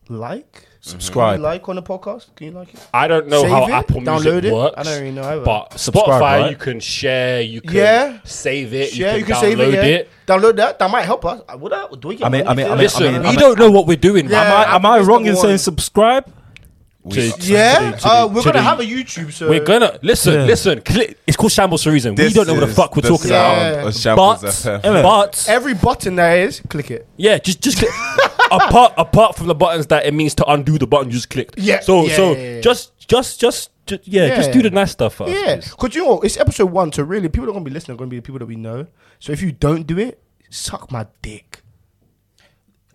Speaker 6: like,
Speaker 7: Subscribe.
Speaker 6: Can you like on the podcast. Can you like it?
Speaker 10: I don't know
Speaker 6: Save
Speaker 10: how
Speaker 6: it?
Speaker 10: Apple
Speaker 6: Download
Speaker 10: Music
Speaker 6: it?
Speaker 10: works.
Speaker 6: I don't really know either.
Speaker 10: But Spotify,
Speaker 7: Subscribe, right?
Speaker 10: you can share. You can
Speaker 6: Yeah.
Speaker 10: save it.
Speaker 6: Share.
Speaker 10: you can, download
Speaker 6: yeah.
Speaker 10: it.
Speaker 6: Download that. That might help us. Uh, Would that? Do we get
Speaker 7: I mean-
Speaker 6: money
Speaker 7: I mean-
Speaker 6: for
Speaker 7: I mean-
Speaker 6: that?
Speaker 10: Listen,
Speaker 7: I mean,
Speaker 10: we
Speaker 7: I'm-
Speaker 10: don't know what we're doing.
Speaker 6: Yeah.
Speaker 7: Am I, am I
Speaker 6: It's the
Speaker 7: wrong in
Speaker 6: one.
Speaker 7: saying subscribe?
Speaker 10: man. To- to-
Speaker 6: yeah,
Speaker 10: to- to-
Speaker 6: uh, we're
Speaker 10: to
Speaker 6: gonna
Speaker 10: the-
Speaker 6: have a YouTube. So
Speaker 10: We're gonna listen,
Speaker 7: Yeah.
Speaker 10: listen. Cli it's called shambles for a reason. we
Speaker 5: This
Speaker 10: don't know what the
Speaker 5: is
Speaker 10: fuck we're
Speaker 5: the
Speaker 10: talking
Speaker 5: sound
Speaker 6: Yeah.
Speaker 5: of
Speaker 10: about.
Speaker 5: Shambles
Speaker 10: But,
Speaker 5: FM.
Speaker 10: but
Speaker 6: every button there is, click it.
Speaker 10: Yeah, just just click. apart apart from the buttons that it means to undo the button you just clicked.
Speaker 6: Yeah,
Speaker 10: So
Speaker 6: yeah,
Speaker 10: so
Speaker 6: yeah, yeah, yeah.
Speaker 10: just just just ju- yeah,
Speaker 6: Yeah.
Speaker 10: just do the nice stuff. First,
Speaker 6: Yeah,
Speaker 10: please.
Speaker 6: because you know what? it's episode one, so really people that are gonna be listening are gonna be the people that we know. So if you don't do it, suck my dick.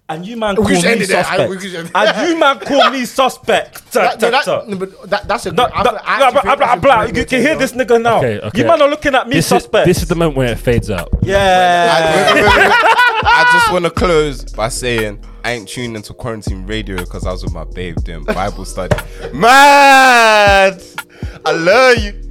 Speaker 7: And you
Speaker 6: We
Speaker 7: man call
Speaker 6: could
Speaker 7: me
Speaker 6: just end it there. I-
Speaker 7: suspect.
Speaker 6: we could just-
Speaker 7: and you man call me suspect. Ta-
Speaker 6: That,
Speaker 7: ta-
Speaker 6: no, that,
Speaker 7: ta.
Speaker 6: no, but that, that's a.
Speaker 7: No,
Speaker 6: I-
Speaker 7: no,
Speaker 6: I
Speaker 7: no,
Speaker 6: actually
Speaker 7: blah,
Speaker 6: think
Speaker 7: blah,
Speaker 6: that's a
Speaker 7: blah.
Speaker 6: great
Speaker 7: You
Speaker 6: way
Speaker 7: can
Speaker 6: to
Speaker 7: you
Speaker 6: end
Speaker 7: hear
Speaker 6: it.
Speaker 7: this nigga now.
Speaker 10: Okay, okay.
Speaker 7: You man are looking at me
Speaker 10: This is,
Speaker 7: suspect.
Speaker 10: this is the moment where it fades out.
Speaker 7: yeah.
Speaker 5: Wait, wait, wait, wait. I just want to close by saying I ain't tuned into quarantine radio because I was with my babe doing Bible study. Mad! I love you.